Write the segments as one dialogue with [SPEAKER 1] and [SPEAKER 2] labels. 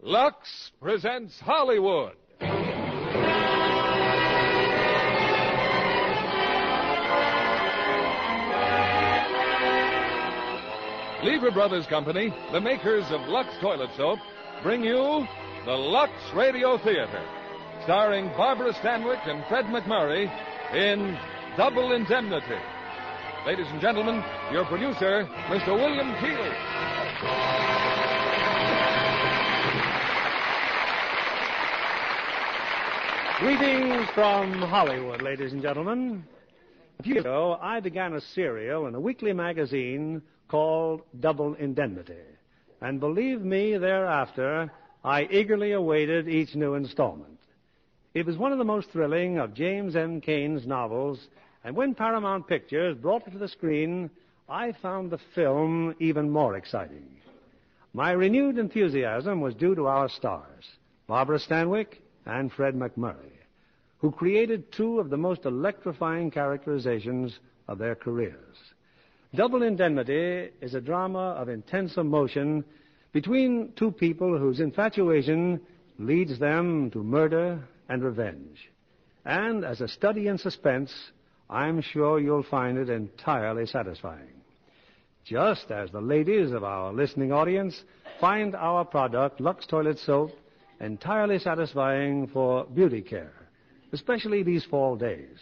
[SPEAKER 1] Lux presents Hollywood. Lever Brothers Company, the makers of Lux Toilet Soap, bring you the Lux Radio Theater, starring Barbara Stanwyck and Fred McMurray in Double Indemnity. Ladies and gentlemen, your producer, Mr. William Keeley.
[SPEAKER 2] Greetings from Hollywood, ladies and gentlemen. A few years ago, I began a serial in a weekly magazine called Double Indemnity. And believe me, thereafter, I eagerly awaited each new installment. It was one of the most thrilling of James M. Cain's novels, and when Paramount Pictures brought it to the screen, I found the film even more exciting. My renewed enthusiasm was due to our stars, Barbara Stanwyck and Fred McMurray, who created two of the most electrifying characterizations of their careers. Double Indemnity is a drama of intense emotion between two people whose infatuation leads them to murder and revenge. And as a study in suspense, I'm sure you'll find it entirely satisfying. Just as the ladies of our listening audience find our product, Lux Toilet Soap, entirely satisfying for beauty care, especially these fall days.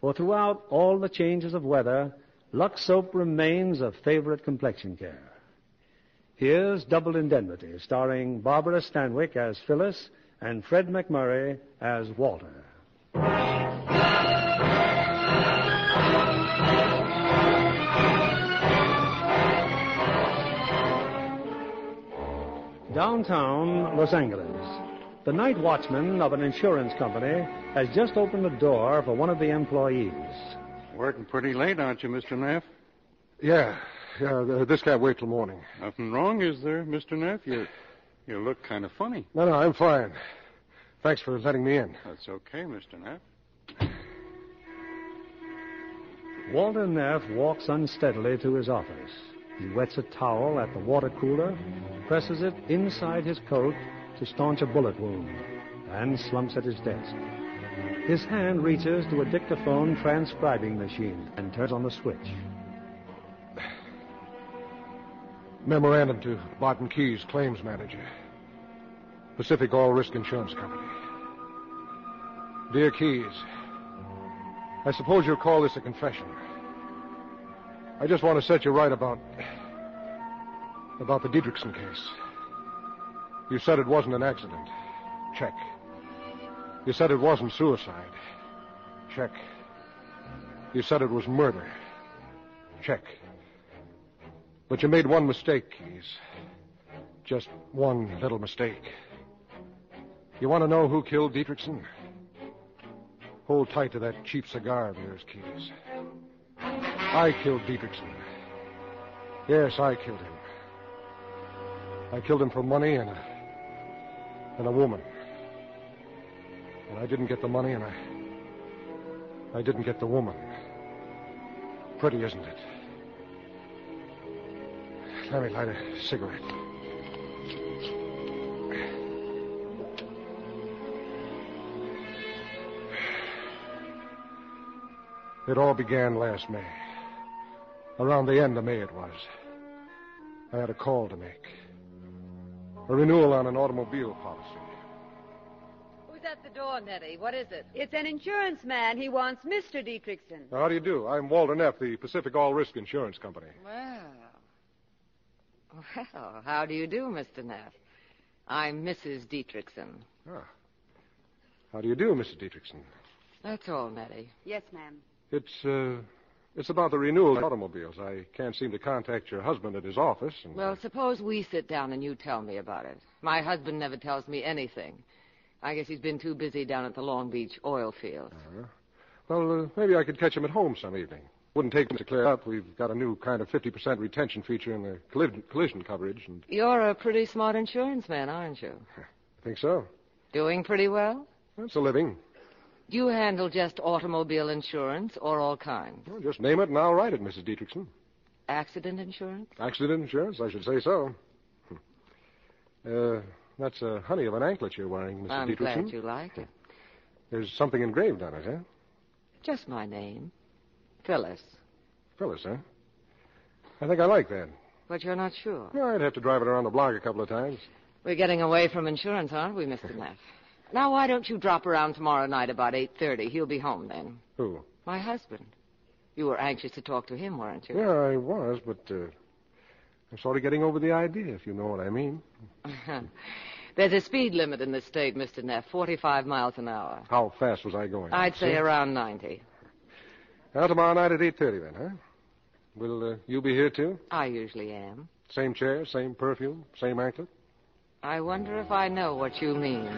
[SPEAKER 2] For throughout all the changes of weather, Lux Soap remains a favorite complexion care. Here's Double Indemnity, starring Barbara Stanwyck as Phyllis and Fred McMurray as Walter. Downtown Los Angeles. The night watchman of an insurance company has just opened the door for one of the employees.
[SPEAKER 3] Working pretty late, aren't you, Mr. Neff?
[SPEAKER 4] Yeah, yeah. th- This can't wait till morning.
[SPEAKER 3] Nothing wrong, is there, Mr. Neff? You, you look kind of funny.
[SPEAKER 4] No, no, I'm fine. Thanks for letting me in.
[SPEAKER 3] That's okay, Mr. Neff.
[SPEAKER 2] Walter Neff walks unsteadily to his office. He wets a towel at the water cooler, presses it inside his coat to staunch a bullet wound, and slumps at his desk. His hand reaches to a dictaphone transcribing machine and turns on the switch.
[SPEAKER 4] Memorandum to Barton Keys, claims manager. Pacific All Risk Insurance Company. Dear Keys, I suppose you'll call this a confession. I just want to set you right about. about the Diedrichson case. You said it wasn't an accident. Check. You said it wasn't suicide. Check. You said it was murder. Check. But you made one mistake, Keys. Just one little mistake. You want to know who killed Dietrichson? Hold tight to that cheap cigar of yours, Keys. I killed Dietrichson. Yes, I killed him. I killed him for money and a, and a woman. And I didn't get the money and I. I didn't get the woman. Pretty, isn't it? Let me light a cigarette. It all began last May. Around the end of May, it was. I had a call to make. A renewal on an automobile policy.
[SPEAKER 5] Who's at the door, Nettie? What is it? It's an insurance man. He wants Mr. Dietrichson.
[SPEAKER 4] Now, how do you do? I'm Walter Neff, the Pacific All Risk Insurance Company.
[SPEAKER 5] Well. Well, how do you do, Mr. Neff? I'm Mrs. Dietrichson.
[SPEAKER 4] Ah. How do you do, Mrs. Dietrichson?
[SPEAKER 5] That's all, Nettie.
[SPEAKER 6] Yes, ma'am.
[SPEAKER 4] It's, uh, It's about the renewal of automobiles. I can't seem to contact your husband at his office. And
[SPEAKER 6] Well, suppose we sit down and you tell me about it. My husband never tells me anything. I guess he's been too busy down at the Long Beach oil fields.
[SPEAKER 4] Uh-huh. Well, uh, maybe I could catch him at home some evening. Wouldn't take much to clear up. We've got a new kind of 50% retention feature in the collision, collision coverage, and
[SPEAKER 6] You're a pretty smart insurance man, aren't you?
[SPEAKER 4] I think so.
[SPEAKER 6] Doing pretty well?
[SPEAKER 4] That's a living.
[SPEAKER 6] Do you handle just automobile insurance or all kinds?
[SPEAKER 4] Well, just name it and I'll write it, Mrs. Dietrichson.
[SPEAKER 6] Accident insurance?
[SPEAKER 4] Accident insurance, I should say so. Hm. Uh, that's a honey of an anklet you're wearing, missus
[SPEAKER 6] I'm
[SPEAKER 4] Dietrichson.
[SPEAKER 6] glad you like it.
[SPEAKER 4] There's something engraved on it, eh? huh?
[SPEAKER 6] Just my name. Phyllis.
[SPEAKER 4] Phyllis, huh? I think I like that.
[SPEAKER 6] But you're not sure.
[SPEAKER 4] Yeah, I'd have to drive it around the block a couple of times.
[SPEAKER 6] We're getting away from insurance, aren't we, Mr. Neff? Now, why don't you drop around tomorrow night about 8.30? He'll be home then.
[SPEAKER 4] Who?
[SPEAKER 6] My husband. You were anxious to talk to him, weren't you?
[SPEAKER 4] Yeah, I was, but uh, I'm sort of getting over the idea, if you know what I mean.
[SPEAKER 6] There's a speed limit in this state, Mr. Neff, 45 miles an hour.
[SPEAKER 4] How fast was I going?
[SPEAKER 6] I'd say
[SPEAKER 4] See?
[SPEAKER 6] around 90.
[SPEAKER 4] Now, tomorrow night at 8.30 then, huh? Will uh, you be here, too?
[SPEAKER 6] I usually am.
[SPEAKER 4] Same chair, same perfume, same anklet?
[SPEAKER 6] I wonder if I know what you mean.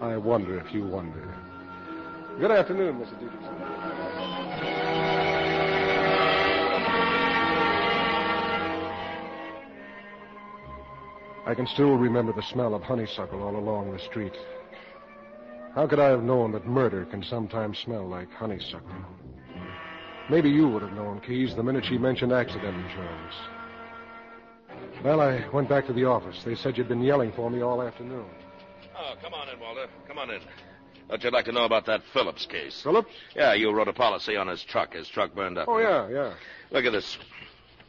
[SPEAKER 4] I wonder if you wonder. Good afternoon, Mr. Dietrichson. I can still remember the smell of honeysuckle all along the street. How could I have known that murder can sometimes smell like honeysuckle? Maybe you would have known, Keys, the minute she mentioned accident insurance. Well, I went back to the office. They said you'd been yelling for me all afternoon.
[SPEAKER 7] Oh, come on in, Walter. Come on in. What you'd like to know about that Phillips case?
[SPEAKER 4] Phillips?
[SPEAKER 7] Yeah, you wrote a policy on his truck. His truck burned up.
[SPEAKER 4] Oh, yeah, yeah.
[SPEAKER 7] Look at this.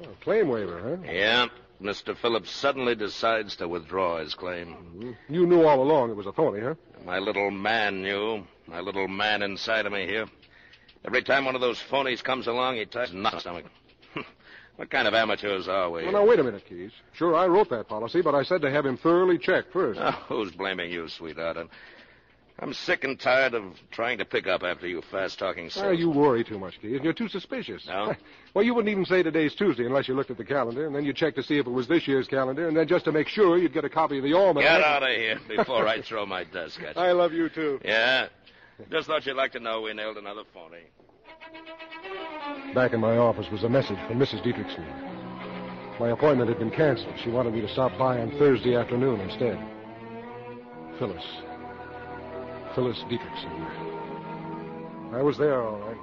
[SPEAKER 4] Oh, claim waiver, huh?
[SPEAKER 7] Yeah, Mr. Phillips suddenly decides to withdraw his claim.
[SPEAKER 4] You knew all along it was a phony, huh?
[SPEAKER 7] My little man knew. My little man inside of me here. Every time one of those phonies comes along, he ties a knot in his stomach. what kind of amateurs are we?
[SPEAKER 4] Well, now, wait a minute, Keys. Sure, I wrote that policy, but I said to have him thoroughly checked first.
[SPEAKER 7] Oh, who's blaming you, sweetheart? I'm, I'm sick and tired of trying to pick up after you fast-talking
[SPEAKER 4] Ah,
[SPEAKER 7] salesmen.
[SPEAKER 4] you worry too much, Keys. You're too suspicious.
[SPEAKER 7] No.
[SPEAKER 4] Well, you wouldn't even say today's Tuesday unless you looked at the calendar, and then you checked to see if it was this year's calendar, and then just to make sure, you'd get a copy of the almanac.
[SPEAKER 7] Get out of here before I throw my desk at you.
[SPEAKER 4] I love you, too.
[SPEAKER 7] Yeah. Just thought you'd like to know we nailed another phony.
[SPEAKER 4] Back in my office was a message from Mrs. Dietrichson. My appointment had been canceled. She wanted me to stop by on Thursday afternoon instead. Phyllis. Phyllis Dietrichson. I was there, all right.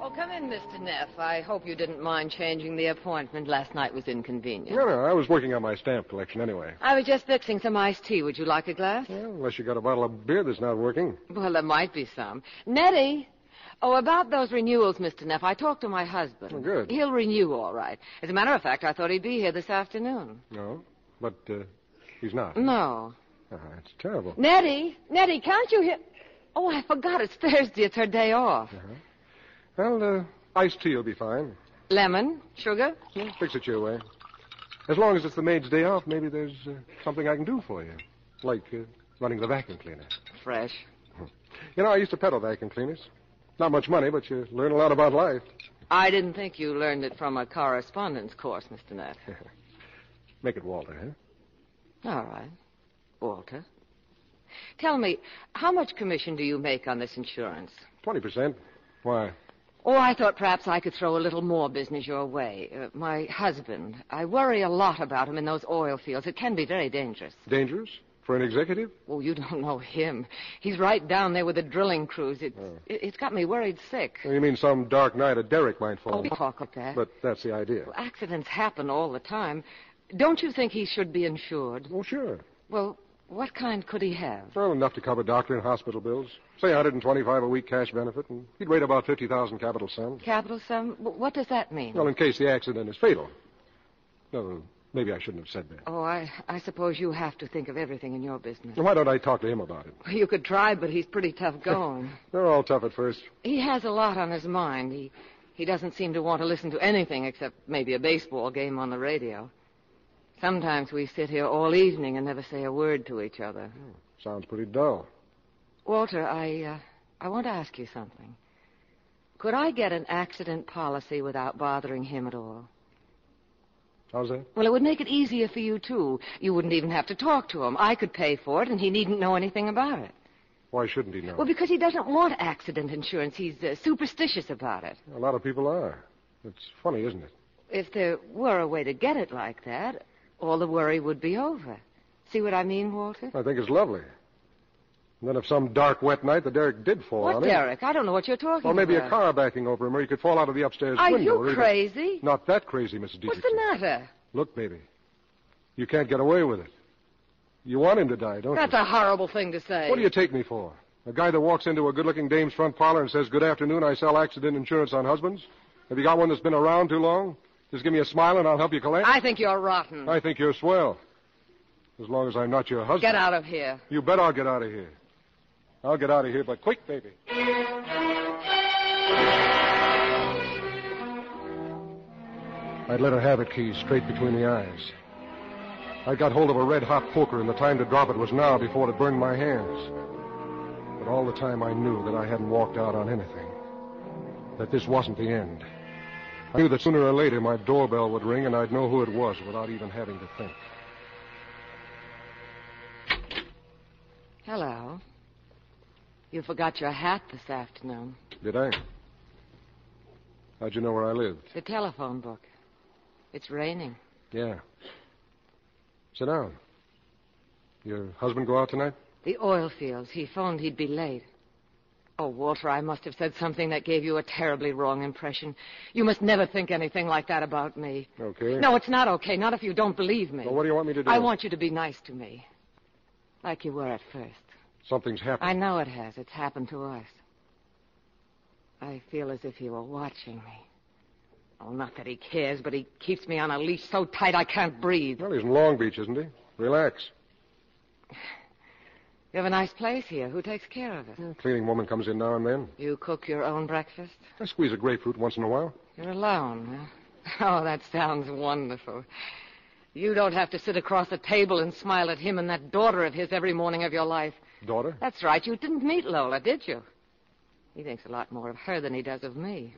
[SPEAKER 6] Oh, come in, Mr. Neff. I hope you didn't mind changing the appointment. Last night was inconvenient.
[SPEAKER 4] No, no, I was working on my stamp collection anyway.
[SPEAKER 6] I was just fixing some iced tea. Would you like a glass?
[SPEAKER 4] Well, unless you got a bottle of beer that's not working.
[SPEAKER 6] Well, there might be some. Nettie! Oh, about those renewals, Mr. Neff, I talked to my husband.
[SPEAKER 4] Oh, good.
[SPEAKER 6] He'll renew all right. As a matter of fact, I thought he'd be here this afternoon.
[SPEAKER 4] No, but uh, he's not.
[SPEAKER 6] No.
[SPEAKER 4] Ah, it's terrible.
[SPEAKER 6] Nettie! Nettie, can't you hear? Oh, I forgot. It's Thursday. It's her day off.
[SPEAKER 4] Uh-huh. Well, uh, iced tea will be fine.
[SPEAKER 6] Lemon? Sugar?
[SPEAKER 4] Fix it your way. As long as it's the maid's day off, maybe there's uh, something I can do for you. Like uh, running the vacuum cleaner.
[SPEAKER 6] Fresh.
[SPEAKER 4] You know, I used to peddle vacuum cleaners. Not much money, but you learn a lot about life.
[SPEAKER 6] I didn't think you learned it from a correspondence course, Mr. Neff.
[SPEAKER 4] Make it Walter, huh?
[SPEAKER 6] All right. Walter. Tell me, how much commission do you make on this insurance?
[SPEAKER 4] Twenty percent. Why?
[SPEAKER 6] Oh, I thought perhaps I could throw a little more business your way. Uh, my husband. I worry a lot about him in those oil fields. It can be very dangerous.
[SPEAKER 4] Dangerous for an executive?
[SPEAKER 6] Oh, you don't know him. He's right down there with the drilling crews. It's,
[SPEAKER 4] Oh.
[SPEAKER 6] it, has got me worried sick.
[SPEAKER 4] Well, you mean some dark night a derrick might
[SPEAKER 6] Oh,
[SPEAKER 4] fall?
[SPEAKER 6] we talk like that.
[SPEAKER 4] But that's the idea.
[SPEAKER 6] Accidents happen all the time. Don't you think he should be insured?
[SPEAKER 4] Oh, sure.
[SPEAKER 6] Well, what kind could he have?
[SPEAKER 4] Well, enough to cover doctor and hospital bills. Say 125 a week cash benefit, and he'd wait about 50,000 capital sum.
[SPEAKER 6] Capital sum? Wh- What does that mean?
[SPEAKER 4] Well, in case the accident is fatal. No, maybe I shouldn't have said that.
[SPEAKER 6] Oh, I, I suppose you have to think of everything in your business.
[SPEAKER 4] Why don't I talk to him about it?
[SPEAKER 6] You could try, but he's pretty tough going.
[SPEAKER 4] They're all tough at first.
[SPEAKER 6] He has a lot on his mind. He he doesn't seem to want to listen to anything except maybe a baseball game on the radio. Sometimes we sit here all evening and never say a word to each other.
[SPEAKER 4] Hmm. Sounds pretty dull.
[SPEAKER 6] Walter, I uh, I want to ask you something. Could I get an accident policy without bothering him at all?
[SPEAKER 4] How's that?
[SPEAKER 6] Well, it would make it easier for you, too. You wouldn't even have to talk to him. I could pay for it, and he needn't know anything about it.
[SPEAKER 4] Why shouldn't he know?
[SPEAKER 6] Well, because he doesn't want accident insurance. He's uh, superstitious about it.
[SPEAKER 4] A lot of people are. It's funny, isn't it?
[SPEAKER 6] If there were a way to get it like that, all the worry would be over. See what I mean, Walter?
[SPEAKER 4] I think it's lovely. And then if some dark, wet night the Derrick did fall
[SPEAKER 6] What,
[SPEAKER 4] on him...
[SPEAKER 6] Derek? I don't know what you're talking
[SPEAKER 4] Or maybe
[SPEAKER 6] about.
[SPEAKER 4] a car backing over him, or he could fall out of the upstairs
[SPEAKER 6] Are
[SPEAKER 4] window. or
[SPEAKER 6] you
[SPEAKER 4] even-
[SPEAKER 6] crazy?
[SPEAKER 4] Not that crazy, Mrs.
[SPEAKER 6] What's
[SPEAKER 4] Dietrich.
[SPEAKER 6] the matter?
[SPEAKER 4] Look, baby, you can't get away with it. You want him to die, don't
[SPEAKER 6] That's
[SPEAKER 4] you?
[SPEAKER 6] a horrible thing to say.
[SPEAKER 4] What do you take me for? A guy that walks into a good-looking dame's front parlor and says, "Good afternoon, I sell accident insurance on husbands." Have you got one that's been around too long? Just give me a smile and I'll help you collect.
[SPEAKER 6] I think you're rotten.
[SPEAKER 4] I think you're swell. As long as I'm not your husband.
[SPEAKER 6] Get out of here.
[SPEAKER 4] You bet I'll get out of here. I'll get out of here, but quick, baby. I'd let her have it, Keys, straight between the eyes. I got hold of a red hot poker, and the time to drop it was now before it burned my hands. But all the time I knew that I hadn't walked out on anything, that this wasn't the end. I knew that sooner or later my doorbell would ring, and I'd know who it was without even having to think.
[SPEAKER 6] Hello. You forgot your hat this afternoon.
[SPEAKER 4] Did I? How'd you know where I lived?
[SPEAKER 6] The telephone book. It's raining.
[SPEAKER 4] Yeah. Sit down. Your husband go out tonight?
[SPEAKER 6] The oil fields. He phoned he'd be late. Oh, Walter, I must have said something that gave you a terribly wrong impression. You must never think anything like that about me.
[SPEAKER 4] Okay.
[SPEAKER 6] No, it's not okay. Not if you don't believe me.
[SPEAKER 4] Well, what do you want me to do?
[SPEAKER 6] I want you to be nice to me. Like you were at first.
[SPEAKER 4] Something's happened.
[SPEAKER 6] I know it has. It's happened to us. I feel as if you were watching me. Oh, not that he cares, but he keeps me on a leash so tight I can't breathe.
[SPEAKER 4] Well, he's in Long Beach, isn't he? Relax.
[SPEAKER 6] You have a nice place here. Who takes care of it?
[SPEAKER 4] Cleaning woman comes in now and then.
[SPEAKER 6] You cook your own breakfast?
[SPEAKER 4] I squeeze a grapefruit once in a while.
[SPEAKER 6] You're alone, huh? Oh, that sounds wonderful. You don't have to sit across a table and smile at him and that daughter of his every morning of your life.
[SPEAKER 4] Daughter?
[SPEAKER 6] That's right. You didn't meet Lola, did you? He thinks a lot more of her than he does of me.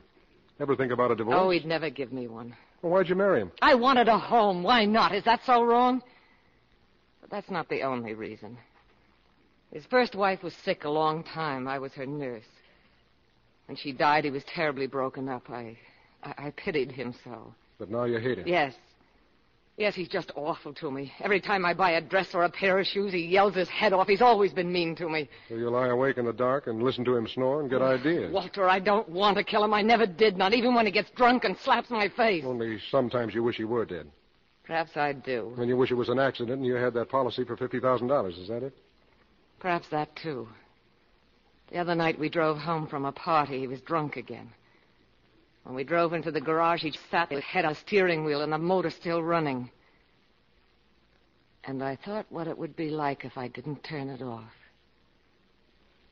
[SPEAKER 4] Ever think about a divorce?
[SPEAKER 6] Oh, he'd never give me one.
[SPEAKER 4] Well, why'd you marry him?
[SPEAKER 6] I wanted a home. Why not? Is that so wrong? But that's not the only reason. His first wife was sick a long time. I was her nurse. When she died, he was terribly broken up. I, I, I pitied him so.
[SPEAKER 4] But now you hate him.
[SPEAKER 6] Yes. Yes, he's just awful to me. Every time I buy a dress or a pair of shoes, he yells his head off. He's always been mean to me.
[SPEAKER 4] So you lie awake in the dark and listen to him snore and get ideas.
[SPEAKER 6] Walter, I don't want to kill him. I never did, not even when he gets drunk and slaps my face.
[SPEAKER 4] Only sometimes you wish he were dead.
[SPEAKER 6] Perhaps I do.
[SPEAKER 4] And you wish it was an accident and you had that policy for $50,000. Is that it?
[SPEAKER 6] Perhaps that, too. The other night we drove home from a party. He was drunk again. When we drove into the garage, he sat with head on steering wheel and the motor still running. And I thought what it would be like if I didn't turn it off.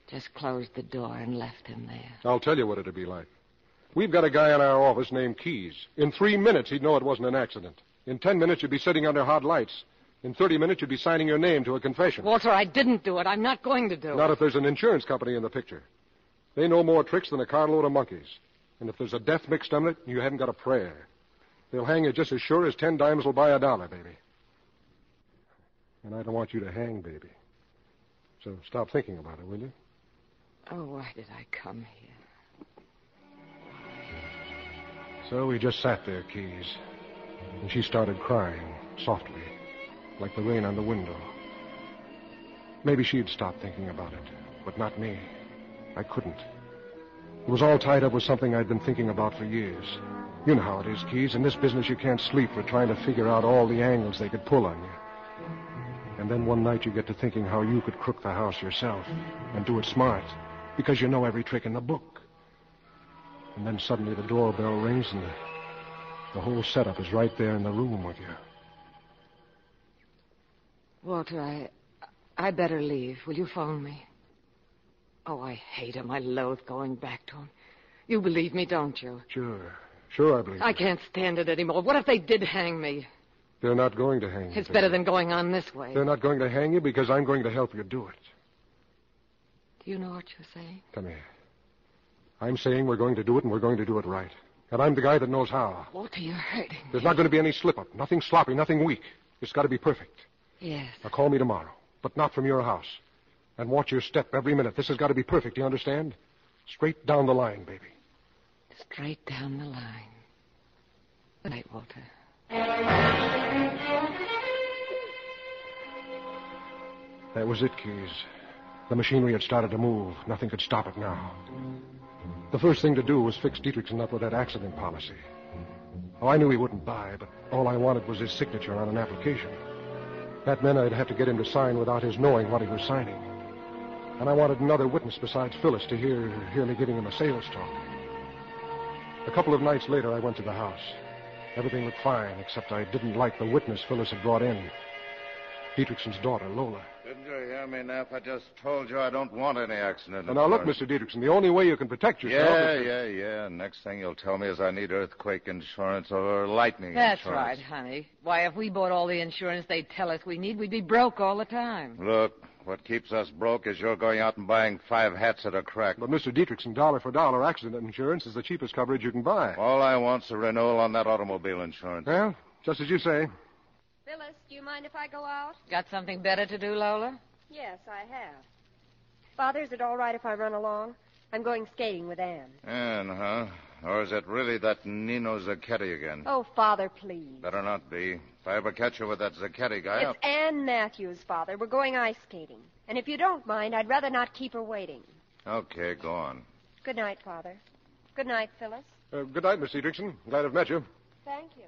[SPEAKER 6] Just closed the door and left him there.
[SPEAKER 4] I'll tell you what it'd be like. We've got a guy in our office named Keys. In three minutes, he'd know it wasn't an accident. In ten minutes, you'd be sitting under hot lights. In 30 minutes, you'd be signing your name to a confession.
[SPEAKER 6] Walter, I didn't do it. I'm not going to do
[SPEAKER 4] Not
[SPEAKER 6] it.
[SPEAKER 4] if there's an insurance company in the picture. They know more tricks than a carload of monkeys. And if there's a death mixed in it, you haven't got a prayer. They'll hang you just as sure as ten dimes will buy a dollar, baby. And I don't want you to hang, baby. So stop thinking about it, will you?
[SPEAKER 6] Oh, why did I come here?
[SPEAKER 4] So we just sat there, Keys. And she started crying, softly, like the rain on the window. Maybe she'd stopped thinking about it, but not me. I couldn't. It was all tied up with something I'd been thinking about for years. You know how it is, Keys. In this business, you can't sleep for trying to figure out all the angles they could pull on you. And then one night you get to thinking how you could crook the house yourself and do it smart because you know every trick in the book. And then suddenly the doorbell rings and the, the whole setup is right there in the room with you.
[SPEAKER 6] Walter, I, I better leave. Will you phone me? Oh, I hate him. I loathe going back to him. You believe me, don't you?
[SPEAKER 4] Sure. Sure, I believe.
[SPEAKER 6] I
[SPEAKER 4] you.
[SPEAKER 6] can't stand it anymore. What if they did hang me?
[SPEAKER 4] They're not going to hang you.
[SPEAKER 6] It's
[SPEAKER 4] Vicky.
[SPEAKER 6] better than going on this way.
[SPEAKER 4] They're not going to hang you because I'm going to help you do it.
[SPEAKER 6] Do you know what you're saying?
[SPEAKER 4] Come here. I'm saying we're going to do it, and we're going to do it right. And I'm the guy that knows how.
[SPEAKER 6] Walter, you're hurting.
[SPEAKER 4] There's not going to be any slip up, nothing sloppy, nothing weak. It's got to be perfect.
[SPEAKER 6] Yes.
[SPEAKER 4] Now call me tomorrow, but not from your house. And watch your step every minute. This has got to be perfect, you understand? Straight down the line, baby.
[SPEAKER 6] Straight down the line. Good night, Walter.
[SPEAKER 4] That was it, Keys. The machinery had started to move. Nothing could stop it now. The first thing to do was fix Dietrichson up with that accident policy. Oh, I knew he wouldn't buy, but all I wanted was his signature on an application. That meant I'd have to get him to sign without his knowing what he was signing. And I wanted another witness besides Phyllis to hear, hear me giving him a sales talk. A couple of nights later, I went to the house. Everything looked fine, except I didn't like the witness Phyllis had brought in. Dietrichson's daughter, Lola.
[SPEAKER 8] Didn't you hear me, Neff? I just told you I don't want any accident.
[SPEAKER 4] Now, now look, Mr. Dietrichson, the only way you can protect yourself
[SPEAKER 8] Yeah,
[SPEAKER 4] is... to-
[SPEAKER 8] yeah, yeah. Next thing you'll tell me is I need earthquake insurance or lightning
[SPEAKER 6] That's right,
[SPEAKER 8] insurance.
[SPEAKER 6] honey. Why, if we bought all the insurance they tell us we need, we'd be broke all the time.
[SPEAKER 8] right. Look, what keeps us broke is you're going out and buying five hats at a crack.
[SPEAKER 4] But Mr. Dietrichson, dollar for dollar accident insurance is the cheapest coverage you can buy.
[SPEAKER 8] All I want's a renewal on that automobile insurance.
[SPEAKER 4] Well, just as you say.
[SPEAKER 5] Phyllis, do you mind if I go out?
[SPEAKER 6] Got something better to do, Lola?
[SPEAKER 5] Yes, I have. Father, is it all right if I run along? I'm going skating with Anne.
[SPEAKER 8] And, huh? Or is it really that Nino Zacchetti again?
[SPEAKER 5] Oh, Father, please.
[SPEAKER 8] Better not be. If I ever catch you with that Zacchetti guy, I'll-
[SPEAKER 5] It's Anne Matthews, Father. We're going ice skating. And if you don't mind, I'd rather not keep her waiting.
[SPEAKER 8] Okay, go on.
[SPEAKER 5] Good night, Father. Good night, Phyllis.
[SPEAKER 4] Uh, good night, Miss Dietrichson. Glad I've met you.
[SPEAKER 5] Thank you.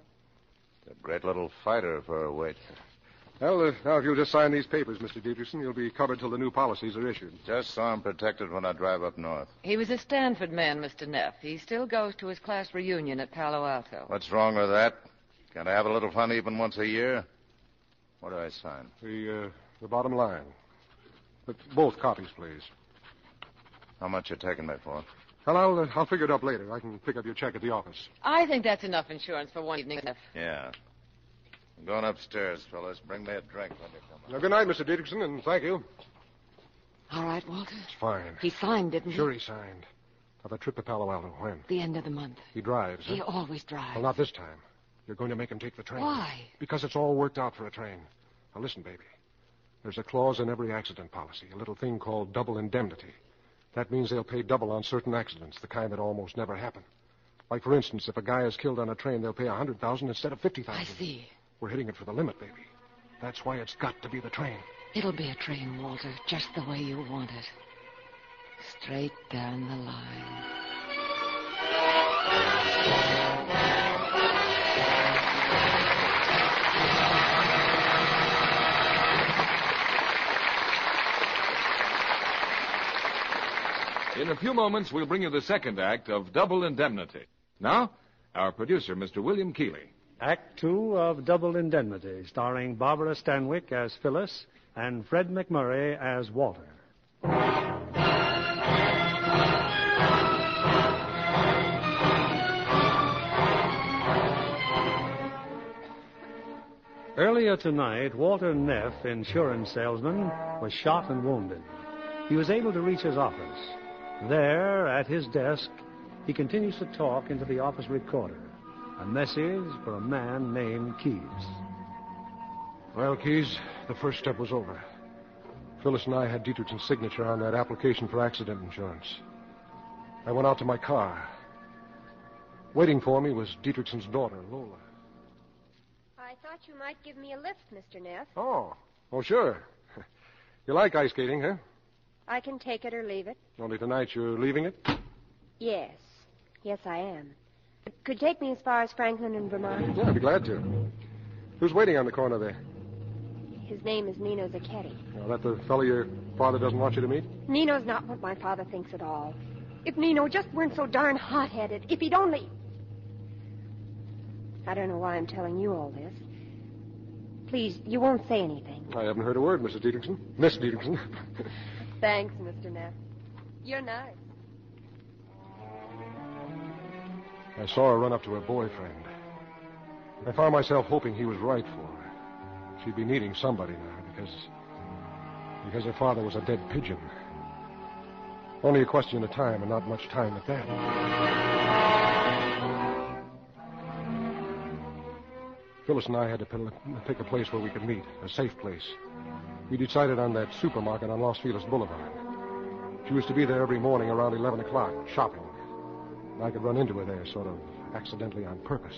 [SPEAKER 8] A great little fighter for a weight.
[SPEAKER 4] Well, uh, now if you'll just sign these papers, Mr. Dietrichson, you'll be covered till the new policies are issued.
[SPEAKER 8] Just so I'm protected when I drive up north.
[SPEAKER 6] He was a Stanford man, Mr. Neff. He still goes to his class reunion at Palo Alto.
[SPEAKER 8] What's wrong with that? Can I have a little fun even once a year? What do I sign?
[SPEAKER 4] The, uh, the bottom line. But both copies, please.
[SPEAKER 8] How much you taking me for?
[SPEAKER 4] Well, I'll, uh, I'll figure it up later. I can pick up your check at the office.
[SPEAKER 6] I think that's enough insurance for one evening, Neff.
[SPEAKER 8] Yeah. I'm going upstairs, fellas. Bring me a drink when you come up.
[SPEAKER 4] Now, good night, Mr. Dietrichson, and thank you.
[SPEAKER 6] All right, Walter.
[SPEAKER 4] It's fine.
[SPEAKER 6] He signed, didn't he?
[SPEAKER 4] Sure he signed. Now, the trip to Palo Alto, when?
[SPEAKER 6] The end of the month.
[SPEAKER 4] He drives, huh?
[SPEAKER 6] He always drives.
[SPEAKER 4] Well, not this time. You're going to make him take the train.
[SPEAKER 6] Why?
[SPEAKER 4] Because it's all worked out for a train. Now, listen, baby. There's a clause in every accident policy, a little thing called double indemnity. That means they'll pay double on certain accidents, the kind that almost never happen. Like, for instance, if a guy is killed on a train, they'll pay a 100000 instead of 50000
[SPEAKER 6] I see.
[SPEAKER 4] We're hitting it for the limit, baby. That's why it's got to be the train.
[SPEAKER 6] It'll be a train, Walter, just the way you want it. Straight down the line.
[SPEAKER 1] In a few moments, we'll bring you the second act of Double Indemnity. Now, our producer, Mr. William Keeley.
[SPEAKER 2] Act two of Double Indemnity, starring Barbara Stanwyck as Phyllis and Fred McMurray as Walter. Earlier tonight, Walter Neff, insurance salesman, was shot and wounded. He was able to reach his office. There, at his desk, he continues to talk into the office recorder. A message for a man named Keys.
[SPEAKER 4] Well, Keys, the first step was over. Phyllis and I had Dietrichson's signature on that application for accident insurance. I went out to my car. Waiting for me was Dietrichson's daughter, Lola.
[SPEAKER 5] I thought you might give me a lift, Mr. Neff.
[SPEAKER 4] Oh, oh, sure. You like ice skating, huh?
[SPEAKER 5] I can take it or leave it.
[SPEAKER 4] Only tonight you're leaving it?
[SPEAKER 5] Yes. Yes, I am. It could take me as far as Franklin and Vermont.
[SPEAKER 4] Yeah, I'd be glad to. Who's waiting on the corner there?
[SPEAKER 5] His name is Nino Zacchetti.
[SPEAKER 4] Now, that the fellow your father doesn't want you to meet?
[SPEAKER 5] Nino's not what my father thinks at all. If Nino just weren't so darn hot-headed, if he'd only... I don't know why I'm telling you all this. Please, you won't say anything.
[SPEAKER 4] I haven't heard a word, Mrs. Dietrichson. Miss Dietrichson.
[SPEAKER 5] Thanks, Mr. Neff. You're nice.
[SPEAKER 4] I saw her run up to her boyfriend. I found myself hoping he was right for her. She'd be needing somebody now because because her father was a dead pigeon. Only a question of time, and not much time at that. Phyllis and I had to pill- pick a place where we could meet, a safe place. We decided on that supermarket on Los Feliz Boulevard. She was to be there every morning around 11 o'clock, shopping. And I could run into her there, sort of accidentally on purpose.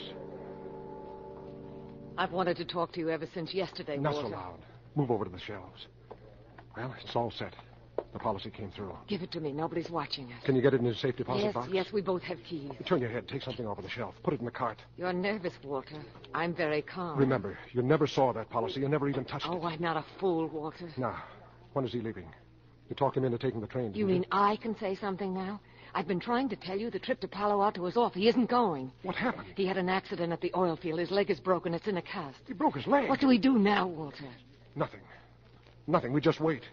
[SPEAKER 6] I've wanted to talk to you ever since yesterday,
[SPEAKER 4] Not so
[SPEAKER 6] Walter.
[SPEAKER 4] loud. Move over to the shelves. Well, it's all set. The policy came through.
[SPEAKER 6] Give it to me. Nobody's watching us.
[SPEAKER 4] Can you get it in the safe deposit
[SPEAKER 6] yes,
[SPEAKER 4] box?
[SPEAKER 6] yes, we both have keys.
[SPEAKER 4] Turn your head. Take something off of the shelf. Put it in the cart.
[SPEAKER 6] You're nervous, Walter. I'm very calm.
[SPEAKER 4] Remember, you never saw that policy. You never even touched
[SPEAKER 6] Oh, I'm not a fool, Walter.
[SPEAKER 4] it. Now, when is he leaving? You talked him into taking the train. didn't
[SPEAKER 6] You mean I can say something now? I've been trying to tell you the trip to Palo Alto is off. He isn't going.
[SPEAKER 4] What happened?
[SPEAKER 6] He had an accident at the oil field. His leg is broken. It's in a cast.
[SPEAKER 4] He broke his leg.
[SPEAKER 6] What do we do now, Walter?
[SPEAKER 4] Nothing. Nothing. We just wait.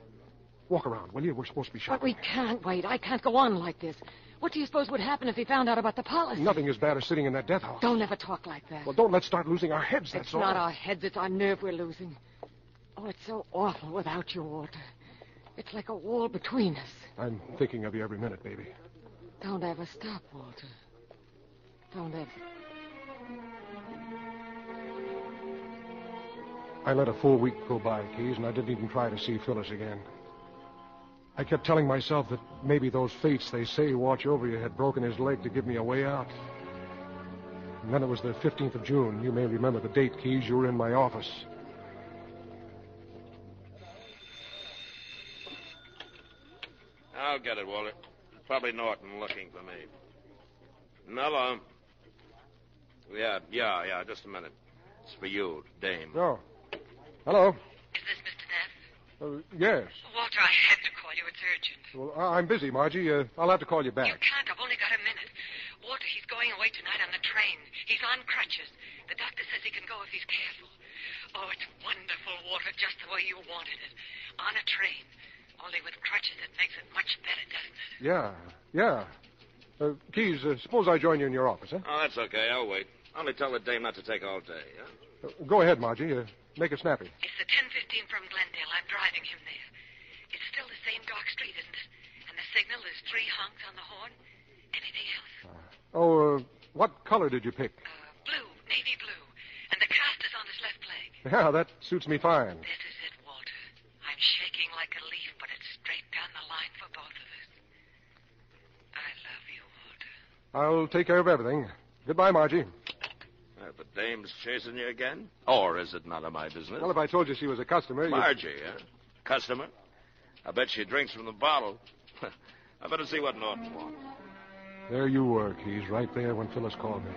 [SPEAKER 4] Walk around, will you? We're supposed to be
[SPEAKER 6] But
[SPEAKER 4] shopping.
[SPEAKER 6] we can't wait. I can't go on like this. What do you suppose would happen if he found out about the policy?
[SPEAKER 4] Nothing as bad as sitting in that death house.
[SPEAKER 6] Don't ever talk like that.
[SPEAKER 4] Well, don't let's start losing our heads, that's
[SPEAKER 6] it's
[SPEAKER 4] all.
[SPEAKER 6] not our heads, it's our nerve we're losing. Oh, it's so awful without you, Walter. It's like a wall between us.
[SPEAKER 4] I'm thinking of you every minute, baby.
[SPEAKER 6] Don't ever stop, Walter. Don't ever.
[SPEAKER 4] I let a full week go by, Keys, and I didn't even try to see Phyllis again. I kept telling myself that maybe those fates they say watch over you had broken his leg to give me a way out. And then it was the 15th of June. You may remember the date, Keys. You were in my office.
[SPEAKER 7] I'll get it, Walter. Probably Norton looking for me. Mello. Yeah, yeah, yeah, just a minute. It's for you, Dame.
[SPEAKER 4] Oh. Hello.
[SPEAKER 9] Is this Mr. Neff?
[SPEAKER 4] Uh, yes.
[SPEAKER 9] Walter, I had to call you. It's urgent.
[SPEAKER 4] Well, I- I'm busy, Margie. Uh, I'll have to call you
[SPEAKER 9] You
[SPEAKER 4] back.
[SPEAKER 9] can't. I've only got a minute. Walter, he's going away tonight on the train. He's on crutches. The doctor says he can go if he's careful. Oh, it's wonderful, Walter, just the way you wanted it. On a train. Only with crutches, it makes it much better, doesn't it?
[SPEAKER 4] Yeah, yeah. Uh, Keys, uh, suppose I join you in your office, huh?
[SPEAKER 7] Oh, that's okay. I'll wait. Only tell the Dame not to take all day, huh?
[SPEAKER 4] Uh, go ahead, Margie. Uh, make it snappy.
[SPEAKER 9] It's the 1015 from Glendale. I'm driving him there. It's still the same dark street, isn't it? And the signal is three honks on the horn. Anything else?
[SPEAKER 4] Oh, uh, what color did you pick?
[SPEAKER 9] Uh, Blue, navy blue. And the cast is on his left leg.
[SPEAKER 4] Yeah, that suits me fine.
[SPEAKER 9] This is it, Walter. I'm shaking like a leaf, but it's straight down the line for both of us. I love you, Walter.
[SPEAKER 4] I'll take care of everything. Goodbye, Margie.
[SPEAKER 7] Uh, the dame's chasing you again? Or is it none of my business?
[SPEAKER 4] Well, if I told you she was a customer, you...
[SPEAKER 7] Margie, huh? Customer? I bet she drinks from the bottle. I better see what Norton wants.
[SPEAKER 4] There you were, Keys, right there when Phyllis called me.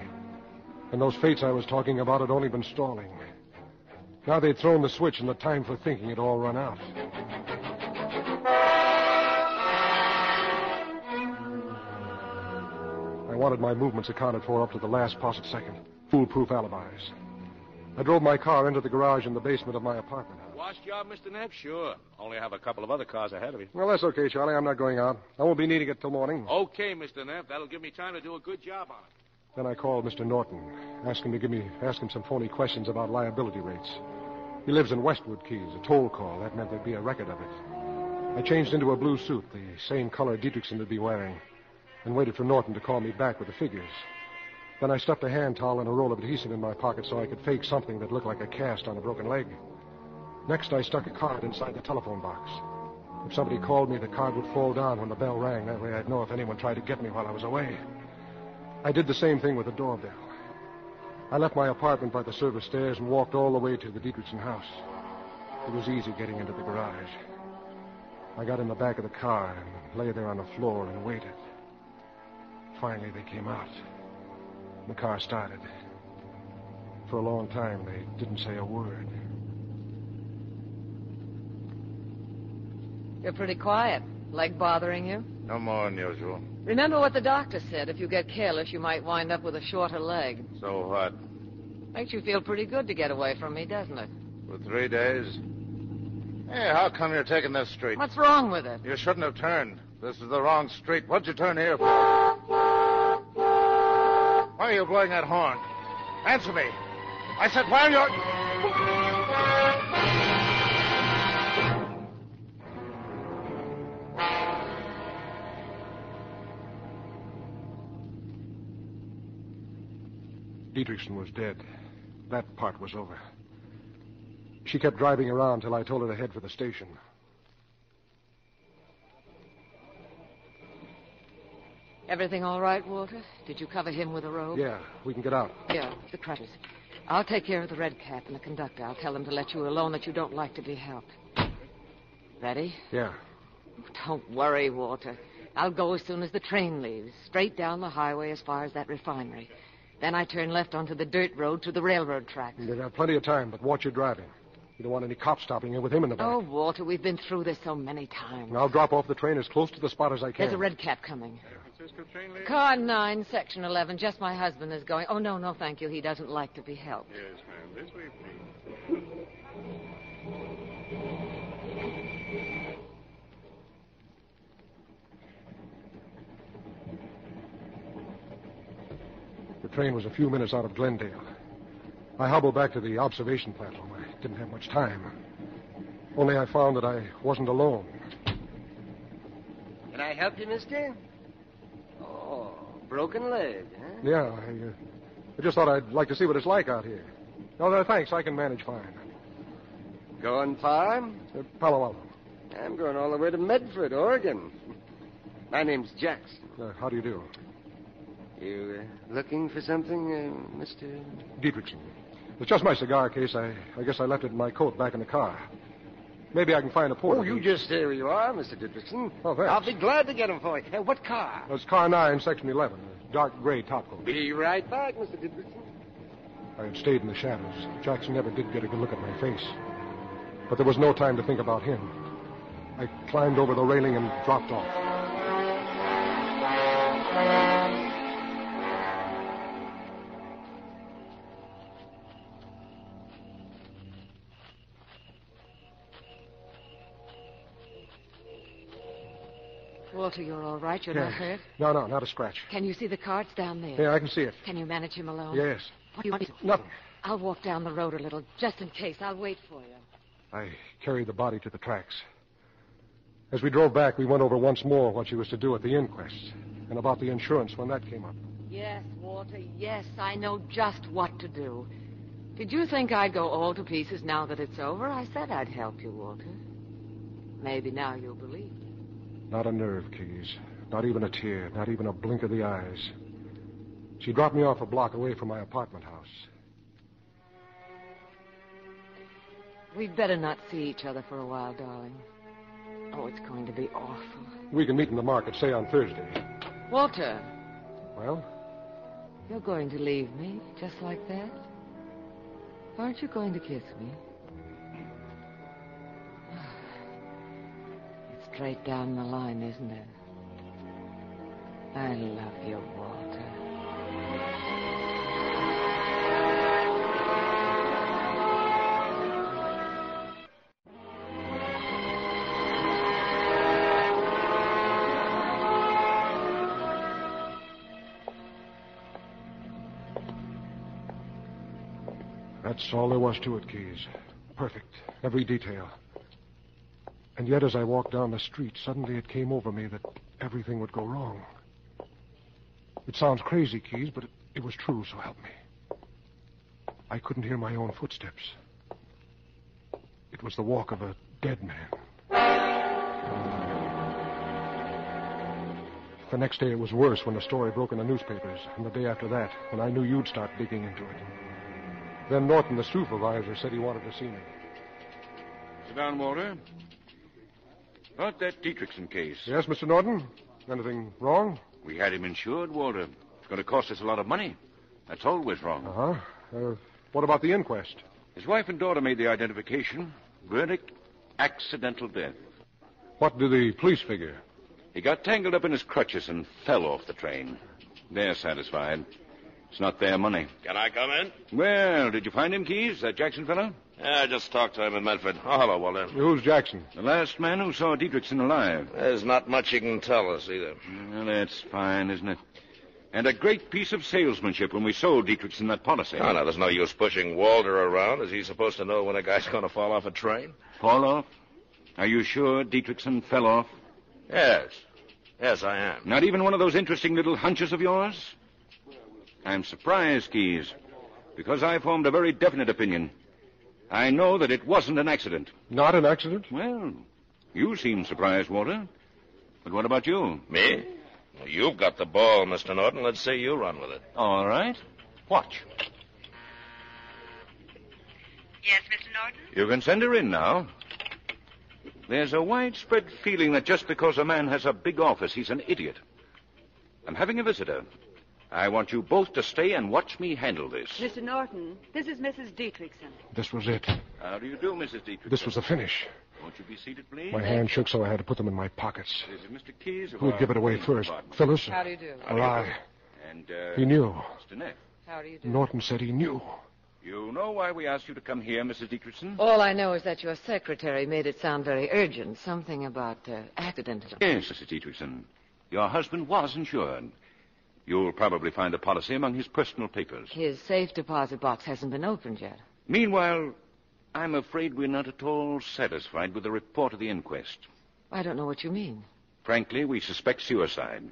[SPEAKER 4] And those fates I was talking about had only been stalling. Now they'd thrown the switch, and the time for thinking had all run out. I wanted my movements accounted for up to the last possible second. Foolproof alibis. I drove my car into the garage in the basement of my apartment.
[SPEAKER 7] Wash job, Mr. Knapp? Sure. Only have a couple of other cars ahead of you.
[SPEAKER 4] Well, that's okay, Charlie. I'm not going out. I won't be needing it till morning.
[SPEAKER 7] Okay, Mr. Knapp. That'll give me time to do a good job on it.
[SPEAKER 4] Then I called Mr. Norton, asked him to give me, ask him some phony questions about liability rates. He lives in Westwood Keys, a toll call. That meant there'd be a record of it. I changed into a blue suit, the same color Dietrichson would be wearing, and waited for Norton to call me back with the figures. Then I stuffed a hand towel and a roll of adhesive in my pocket so I could fake something that looked like a cast on a broken leg. Next, I stuck a card inside the telephone box. If somebody called me, the card would fall down when the bell rang. That way I'd know if anyone tried to get me while I was away. I did the same thing with the doorbell. I left my apartment by the service stairs and walked all the way to the Dietrichson house. It was easy getting into the garage. I got in the back of the car and lay there on the floor and waited. Finally, they came out. The car started. For a long time, they didn't say a word.
[SPEAKER 6] You're pretty quiet. Leg bothering you?
[SPEAKER 8] No more than usual.
[SPEAKER 6] Remember what the doctor said. If you get careless, you might wind up with a shorter leg.
[SPEAKER 8] So what?
[SPEAKER 6] Makes you feel pretty good to get away from me, doesn't it?
[SPEAKER 8] For three days? Hey, how come you're taking this street?
[SPEAKER 6] What's wrong with it?
[SPEAKER 8] You shouldn't have turned. This is the wrong street. What'd you turn here for? Why are you blowing that horn? Answer me. I said, why are you...
[SPEAKER 4] Dietrichson was dead. That part was over. She kept driving around till I told her to head for the station.
[SPEAKER 6] Everything all right, Walter? Did you cover him with a robe?
[SPEAKER 4] Yeah, we can get out.
[SPEAKER 6] Yeah, the crutches. I'll take care of the red cap and the conductor. I'll tell them to let you alone that you don't like to be helped. Ready?
[SPEAKER 4] Yeah.
[SPEAKER 6] Don't worry, Walter. I'll go as soon as the train leaves, straight down the highway as far as that refinery. Then I turn left onto the dirt road to the railroad tracks.
[SPEAKER 4] You've got plenty of time, but watch your driving. You don't want any cops stopping you with him in the back.
[SPEAKER 6] Oh, Walter, we've been through this so many times.
[SPEAKER 4] And I'll drop off the train as close to the spot as I can.
[SPEAKER 6] There's a red cap coming. Car 9, Section 11. Just my husband is going. Oh, no, no, thank you. He doesn't like to be helped.
[SPEAKER 3] Yes, ma'am. This way, please.
[SPEAKER 4] The train was a few minutes out of Glendale. I hobbled back to the observation platform. I didn't have much time. Only I found that I wasn't alone.
[SPEAKER 10] Can I help you, mister? Oh, broken leg, huh?
[SPEAKER 4] Yeah, I, uh, I just thought I'd like to see what it's like out here. No, no, thanks. I can manage fine.
[SPEAKER 10] Going far?
[SPEAKER 4] Uh, Palo Alto.
[SPEAKER 10] I'm going all the way to Medford, Oregon. My name's Jackson.
[SPEAKER 4] Uh, how do you do?
[SPEAKER 10] You uh, looking for something, uh, Mr.
[SPEAKER 4] Dietrichson. It's just my cigar case. I, I guess I left it in my coat back in the car. Maybe I can find a porter.
[SPEAKER 10] Oh, you just stay where you are, Mr. Dietrichson.
[SPEAKER 4] Oh, thanks.
[SPEAKER 10] I'll be glad to get 'em for you. Uh, what car?
[SPEAKER 4] It's car 9, section 11. a Dark gray top coat.
[SPEAKER 10] Be right back, Mr. Dietrichson.
[SPEAKER 4] I had stayed in the shadows. Jackson never did get a good look at my face. But there was no time to think about him. I climbed over the railing and dropped off.
[SPEAKER 6] Walter, you're all right. You're not hurt.
[SPEAKER 4] No, no, not a scratch.
[SPEAKER 6] Can you see the car? It's down there.
[SPEAKER 4] Yeah, I can see it.
[SPEAKER 6] Can you manage him alone?
[SPEAKER 4] Yes.
[SPEAKER 6] What do you want me to do?
[SPEAKER 4] Nothing.
[SPEAKER 6] I'll walk down the road a little, just in case. I'll wait for you.
[SPEAKER 4] I carried the body to the tracks. As we drove back, we went over once more what she was to do at the inquest and about the insurance when that came up.
[SPEAKER 6] Yes, Walter, yes, I know just what to do. Did you think I'd go all to pieces now that it's over? I said I'd help you, Walter. Maybe now you'll believe.
[SPEAKER 4] Not a nerve, Keys. Not even a tear. Not even a blink of the eyes. She dropped me off a block away from my apartment house.
[SPEAKER 6] We'd better not see each other for a while, darling. Oh, it's going to be awful.
[SPEAKER 4] We can meet in the market, say on Thursday.
[SPEAKER 6] Walter,
[SPEAKER 4] Well,
[SPEAKER 6] you're going to leave me just like that? Aren't you going to kiss me? It's straight down the line, isn't it? I love you, Walter.
[SPEAKER 4] that's all there was to it, Keys. Perfect. Every detail. And yet, as I walked down the street, suddenly it came over me that everything would go wrong. It sounds crazy, Keys, but it, it was true, so help me. I couldn't hear my own footsteps. It was the walk of a dead man. The next day it was worse when the story broke in the newspapers, and the day after that, when I knew you'd start digging into it. Then Norton, the supervisor, said he wanted to see me.
[SPEAKER 7] Sit down, Walter. About that Dietrichson case.
[SPEAKER 4] Yes, Mr. Norton? Anything wrong?
[SPEAKER 7] We had him insured, Walter. It's going to cost us a lot of money. That's always wrong.
[SPEAKER 4] Uh-huh. Uh, what about the inquest?
[SPEAKER 7] His wife and daughter made the identification. Verdict accidental death.
[SPEAKER 4] What do the police figure?
[SPEAKER 7] He got tangled up in his crutches and fell off the train. They're satisfied. It's not their money. Can I come in? Well, did you find him, Keys? That Jackson fellow? Yeah, I just talked to him in Medford. Oh, hello, Walter.
[SPEAKER 4] Who's Jackson?
[SPEAKER 7] The last man who saw Dietrichson alive. There's not much you can tell us either. Well, that's fine, isn't it? And a great piece of salesmanship when we sold Dietrichson that policy.
[SPEAKER 11] Oh, no, there's no use pushing Walter around. Is he supposed to know when a guy's going to fall off a train?
[SPEAKER 7] Fall off? Are you sure Dietrichson fell off?
[SPEAKER 11] Yes. Yes, I am.
[SPEAKER 7] Not even one of those interesting little hunches of yours? I'm surprised, Keys. Because I formed a very definite opinion. I know that it wasn't an accident.
[SPEAKER 4] Not an accident?
[SPEAKER 7] Well, you seem surprised, Walter. But what about you?
[SPEAKER 11] Me? Well, you've got the ball, Mr. Norton. Let's see you run with it.
[SPEAKER 7] All right. Watch.
[SPEAKER 9] Yes, Mr. Norton?
[SPEAKER 7] You can send her in now. There's a widespread feeling that just because a man has a big office, he's an idiot. I'm having a visitor. I want you both to stay and watch me handle this.
[SPEAKER 5] Mr. Norton, this is Mrs. Dietrichson.
[SPEAKER 4] This was it.
[SPEAKER 7] How do you do, Mrs. Dietrich?
[SPEAKER 4] This was the finish.
[SPEAKER 7] Won't you be seated, please?
[SPEAKER 4] My hand shook so I had to put them in my pockets.
[SPEAKER 7] Is it Mr. Keys? or
[SPEAKER 4] Who'd
[SPEAKER 7] our
[SPEAKER 4] give it away
[SPEAKER 7] police
[SPEAKER 4] first,
[SPEAKER 7] department?
[SPEAKER 4] Phyllis
[SPEAKER 6] How do you do?
[SPEAKER 4] or I?
[SPEAKER 7] And, uh,
[SPEAKER 4] He knew.
[SPEAKER 7] Mr. Neff.
[SPEAKER 6] How do you do?
[SPEAKER 4] Norton said he knew.
[SPEAKER 7] You know why we asked you to come here, Mrs. Dietrichson?
[SPEAKER 6] All I know is that your secretary made it sound very urgent. Something about uh, accident.
[SPEAKER 7] Yes, Mrs. Dietrichson. Your husband was insured. You'll probably find the policy among his personal papers.
[SPEAKER 6] His safe deposit box hasn't been opened yet.
[SPEAKER 7] Meanwhile, I'm afraid we're not at all satisfied with the report of the inquest.
[SPEAKER 6] I don't know what you mean.
[SPEAKER 7] Frankly, we suspect suicide.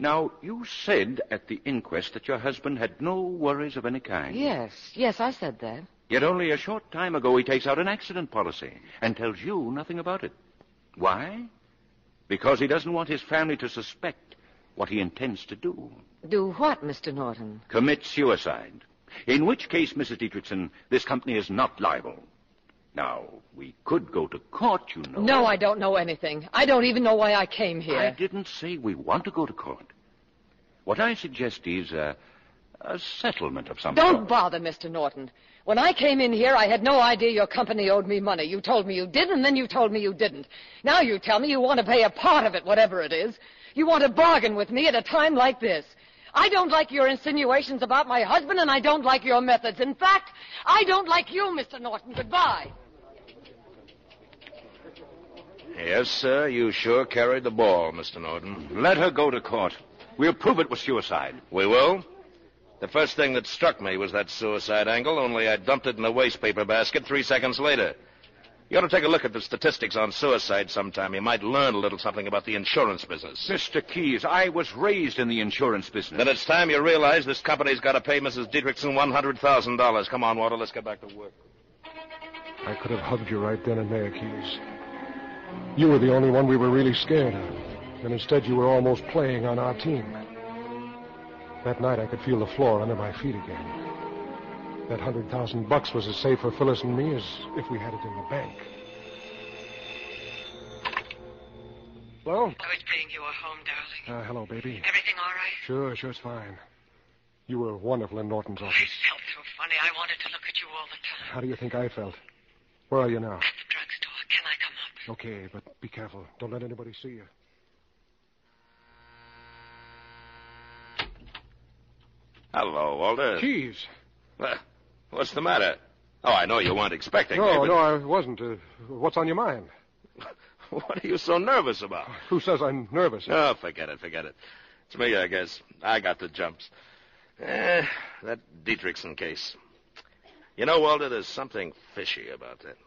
[SPEAKER 7] Now, you said at the inquest that your husband had no worries of any kind.
[SPEAKER 6] Yes, yes, I said that.
[SPEAKER 7] Yet only a short time ago he takes out an accident policy and tells you nothing about it. Why? Because he doesn't want his family to suspect what he intends to do.
[SPEAKER 6] Do what, Mr. Norton?
[SPEAKER 7] Commit suicide. In which case, Mrs. Dietrichson, this company is not liable. Now, we could go to court, you know.
[SPEAKER 6] No, I don't know anything. I don't even know why I came here.
[SPEAKER 7] I didn't say we want to go to court. What I suggest is uh, a settlement of some
[SPEAKER 6] Don't
[SPEAKER 7] sort.
[SPEAKER 6] bother, Mr. Norton. When I came in here, I had no idea your company owed me money. You told me you did, and then you told me you didn't. Now you tell me you want to pay a part of it, whatever it is. You want to bargain with me at a time like this. I don't like your insinuations about my husband, and I don't like your methods. In fact, I don't like you, Mr. Norton. Goodbye.
[SPEAKER 11] Yes, sir. You sure carried the ball, Mr. Norton.
[SPEAKER 7] Let her go to court. We'll prove it was suicide.
[SPEAKER 11] We will. The first thing that struck me was that suicide angle, only I dumped it in the wastepaper basket three seconds later. You ought to take a look at the statistics on suicide sometime. You might learn a little something about the insurance business.
[SPEAKER 7] Mr. Keys, I was raised in the insurance business.
[SPEAKER 11] Then it's time you realize this company's got to pay Mrs. Dietrichson $100,000. Come on, Walter, let's get back to work.
[SPEAKER 4] I could have hugged you right then and there, Keys. You were the only one we were really scared of, and instead you were almost playing on our team. That night I could feel the floor under my feet again. That hundred thousand bucks was as safe for Phyllis and me as if we had it in the bank. Hello?
[SPEAKER 9] I was praying you were home, darling.
[SPEAKER 4] Uh, hello, baby.
[SPEAKER 9] Everything all right?
[SPEAKER 4] Sure, sure, it's fine. You were wonderful in Norton's
[SPEAKER 9] I
[SPEAKER 4] office.
[SPEAKER 9] felt so funny. I wanted to look at you all the time.
[SPEAKER 4] How do you think I felt? Where are you now?
[SPEAKER 9] The drugstore. Can I come up?
[SPEAKER 4] Okay, but be careful. Don't let anybody see you.
[SPEAKER 11] Hello, Walter.
[SPEAKER 4] Keys.
[SPEAKER 11] Well, What's the matter? Oh, I know you weren't expecting me.
[SPEAKER 4] No,
[SPEAKER 11] but
[SPEAKER 4] no, I wasn't. Uh, what's on your mind?
[SPEAKER 11] What are you so nervous about?
[SPEAKER 4] Who says I'm nervous?
[SPEAKER 11] Oh, forget it, forget it. It's me, I guess. I got the jumps. Eh, that Dietrichson case. You know, Walter, there's something fishy about that.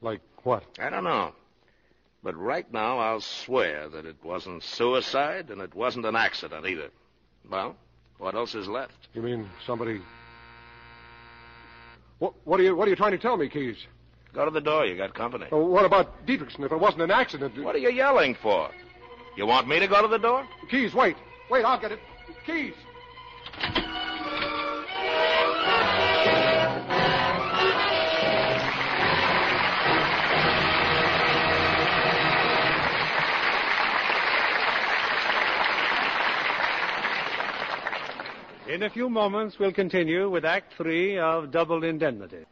[SPEAKER 4] Like what?
[SPEAKER 11] I don't know. But right now, I'll swear that it wasn't suicide and it wasn't an accident either. Well, what else is left?
[SPEAKER 4] You mean somebody? What? What are you? What are you trying to tell me, Keys?
[SPEAKER 11] Go to the door. You got company.
[SPEAKER 4] Oh, what about Dietrichson? If it wasn't an accident,
[SPEAKER 11] What are you yelling for? You want me to go to the door?
[SPEAKER 4] Keys, wait, wait, I'll get it. Keys.
[SPEAKER 2] In a few moments, we'll continue with Act Three of Double Indemnity.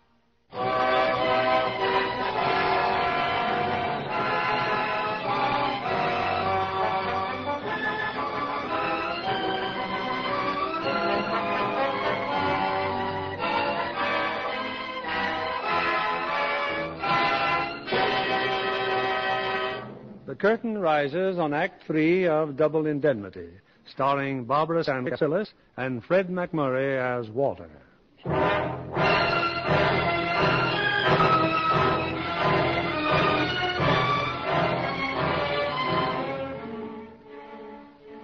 [SPEAKER 2] The curtain rises on Act Three of Double Indemnity, starring Barbara Sandwich Phyllis and Fred McMurray as Walter.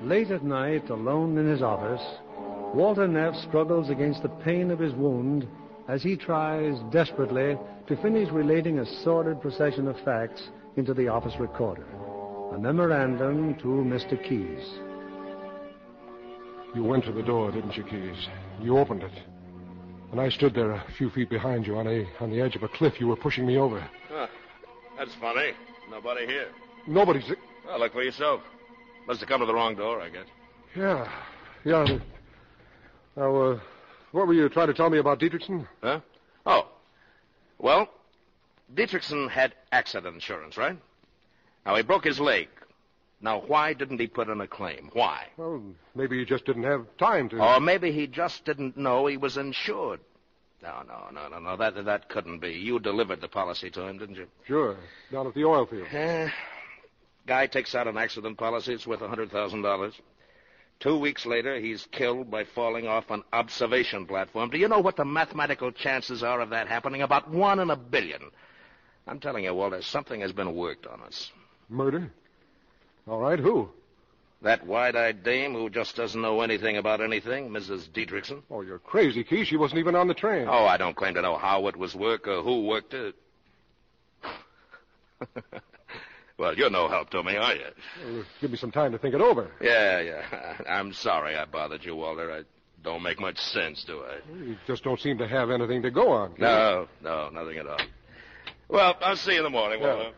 [SPEAKER 2] Late at night, alone in his office, Walter Neff struggles against the pain of his wound as he tries desperately to finish relating a sordid procession of facts into the office recorder. A memorandum to Mr. Keyes.
[SPEAKER 4] You went to the door, didn't you, Keyes? You opened it. And I stood there a few feet behind you on, a, on the edge of a cliff. You were pushing me over.
[SPEAKER 11] Huh. That's funny. Nobody here.
[SPEAKER 4] Nobody's.
[SPEAKER 11] Well, look for yourself. Must have come to the wrong door, I guess.
[SPEAKER 4] Yeah. Yeah. Now, uh, what were you trying to tell me about Dietrichson?
[SPEAKER 11] Huh? Oh. Well, Dietrichson had accident insurance, right? Now, he broke his leg. Now, why didn't he put in a claim? Why?
[SPEAKER 4] Well, maybe you just didn't have time to.
[SPEAKER 11] Or maybe he just didn't know he was insured. No, no, no, no, no. That, that couldn't be. You delivered the policy to him, didn't you?
[SPEAKER 4] Sure. Down at the oil field.
[SPEAKER 11] Eh, guy takes out an accident policy. It's worth $100,000. Two weeks later, he's killed by falling off an observation platform. Do you know what the mathematical chances are of that happening? About one in a billion. I'm telling you, Walter, something has been worked on us.
[SPEAKER 4] Murder? All right, who?
[SPEAKER 11] That wide-eyed dame who just doesn't know anything about anything, Mrs. Dietrichson.
[SPEAKER 4] Oh, you're crazy, Key. She wasn't even on the train.
[SPEAKER 11] Oh, I don't claim to know how it was worked or who worked it. Oh. well, you're no help to me, are you?
[SPEAKER 4] Well, give me some time to think it over.
[SPEAKER 11] Yeah, yeah. I'm sorry I bothered you, Walter. I don't make much sense, do I?
[SPEAKER 4] You just don't seem to have anything to go on. Key.
[SPEAKER 11] No, no, nothing at all. Well, I'll see you in the morning,
[SPEAKER 4] Yeah.
[SPEAKER 11] Walter.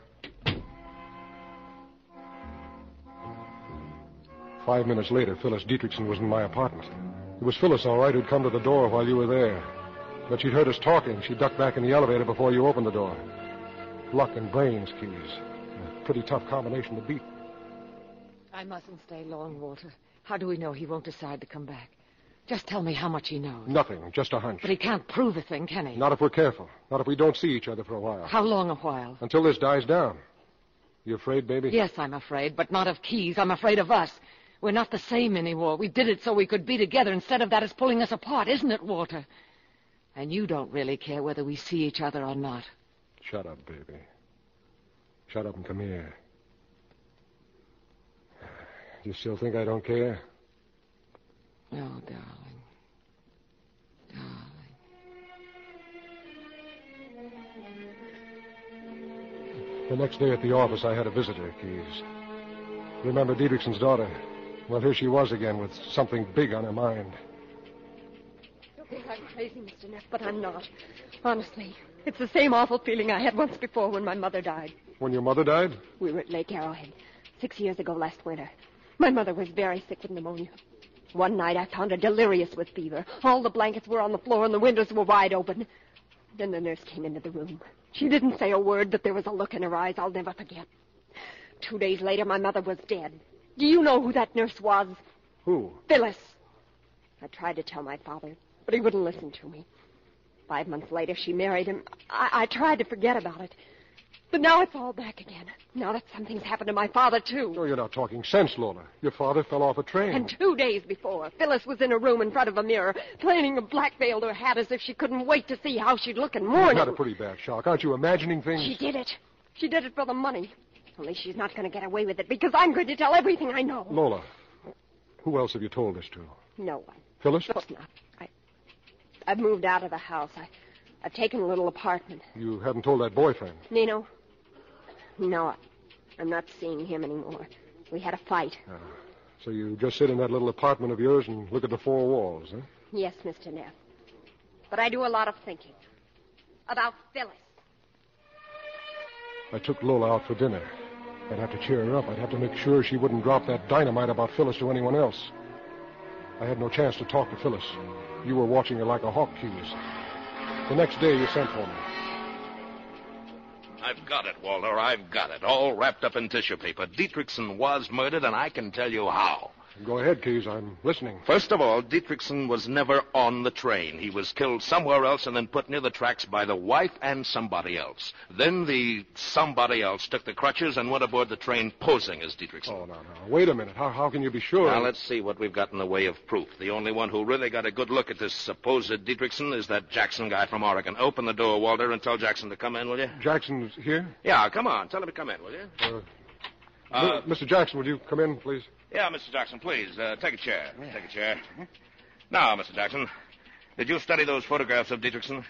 [SPEAKER 4] Five minutes later, Phyllis Dietrichson was in my apartment. It was Phyllis, all right, who'd come to the door while you were there. But she'd heard us talking. She ducked back in the elevator before you opened the door. Luck and brains, Keys. A pretty tough combination to beat.
[SPEAKER 6] I mustn't stay long, Walter. How do we know he won't decide to come back? Just tell me how much he knows.
[SPEAKER 4] Nothing, just a hunch.
[SPEAKER 6] But he can't prove a thing, can he?
[SPEAKER 4] Not if we're careful. Not if we don't see each other for a while.
[SPEAKER 6] How long a while?
[SPEAKER 4] Until this dies down. You afraid, baby?
[SPEAKER 6] Yes, I'm afraid, but not of Keys. I'm afraid of us. We're not the same anymore. We did it so we could be together. Instead of that, it's pulling us apart, isn't it, Walter? And you don't really care whether we see each other or not.
[SPEAKER 4] Shut up, baby. Shut up and come here. You still think I don't care?
[SPEAKER 6] No, darling.
[SPEAKER 4] The next day at the office, I had a visitor, Keys. Remember Diedrichson's daughter? Well, here she was again with something big on her mind.
[SPEAKER 5] You think I'm crazy, Mr. Neff, but I'm not. Honestly, it's the same awful feeling I had once before when my mother died.
[SPEAKER 4] When your mother died?
[SPEAKER 5] We were at Lake Arrowhead six years ago last winter. My mother was very sick with pneumonia. One night I found her delirious with fever. All the blankets were on the floor and the windows were wide open. Then the nurse came into the room. She didn't say a word, but there was a look in her eyes I'll never forget. Two days later, my mother was dead. Do you know who that nurse was?
[SPEAKER 4] Who?
[SPEAKER 5] Phyllis. I tried to tell my father, but he wouldn't listen to me. Five months later, she married him. I, I tried to forget about it. But now it's all back again. Now that something's happened to my father, too.
[SPEAKER 4] Oh, you're not talking sense, Lola. Your father fell off a train.
[SPEAKER 5] And two days before, Phyllis was in her room in front of a mirror, planning to blackmail her hat as if she couldn't wait to see how she'd look in
[SPEAKER 4] you
[SPEAKER 5] mourning.
[SPEAKER 4] got a pretty bad shock. Aren't you imagining things?
[SPEAKER 5] She did it. She did it for the money. Only she's not going to get away with it because I'm going to tell everything I know.
[SPEAKER 4] Lola, who else have you told this to?
[SPEAKER 5] No one.
[SPEAKER 4] Phyllis?
[SPEAKER 5] Of course not. I, I've moved out of the house. I, I've taken a little apartment.
[SPEAKER 4] You haven't told that boyfriend.
[SPEAKER 5] Nino? No, I, I'm not seeing him anymore. We had a fight.
[SPEAKER 4] So you just sit in that little apartment of yours and look at the four walls, huh?
[SPEAKER 5] Yes, Mr. Neff. But I do a lot of thinking. About Phyllis.
[SPEAKER 4] I took Lola out for dinner. I'd have to cheer her up. I'd have to make sure she wouldn't drop that dynamite about Phyllis to anyone else. I had no chance to talk to Phyllis. You were watching her like a hawk, Keys. The next day, you sent for me.
[SPEAKER 11] I've got it, Walter. I've got it. All wrapped up in tissue paper. Dietrichson was murdered, and I can tell you how.
[SPEAKER 4] Go ahead, Keys. I'm listening.
[SPEAKER 11] First of all, Dietrichson was never on the train. He was killed somewhere else and then put near the tracks by the wife and somebody else. Then the somebody else took the crutches and went aboard the train posing as Dietrichson.
[SPEAKER 4] Oh, no, no. Wait a minute. How, how can you be sure?
[SPEAKER 11] Now, let's see what we've got in the way of proof. The only one who really got a good look at this supposed Dietrichson is that Jackson guy from Oregon. Open the door, Walter, and tell Jackson to come in, will you?
[SPEAKER 4] Jackson's here?
[SPEAKER 11] Yeah, come on. Tell him to come in, will you?
[SPEAKER 4] Uh,
[SPEAKER 11] Uh,
[SPEAKER 4] Mi- Mr. Jackson, would you come in, please?
[SPEAKER 11] Yeah, Mr. Jackson, please, uh, take a chair. Take a chair. Now, Mr. Jackson, did you study those photographs of Dietrichson?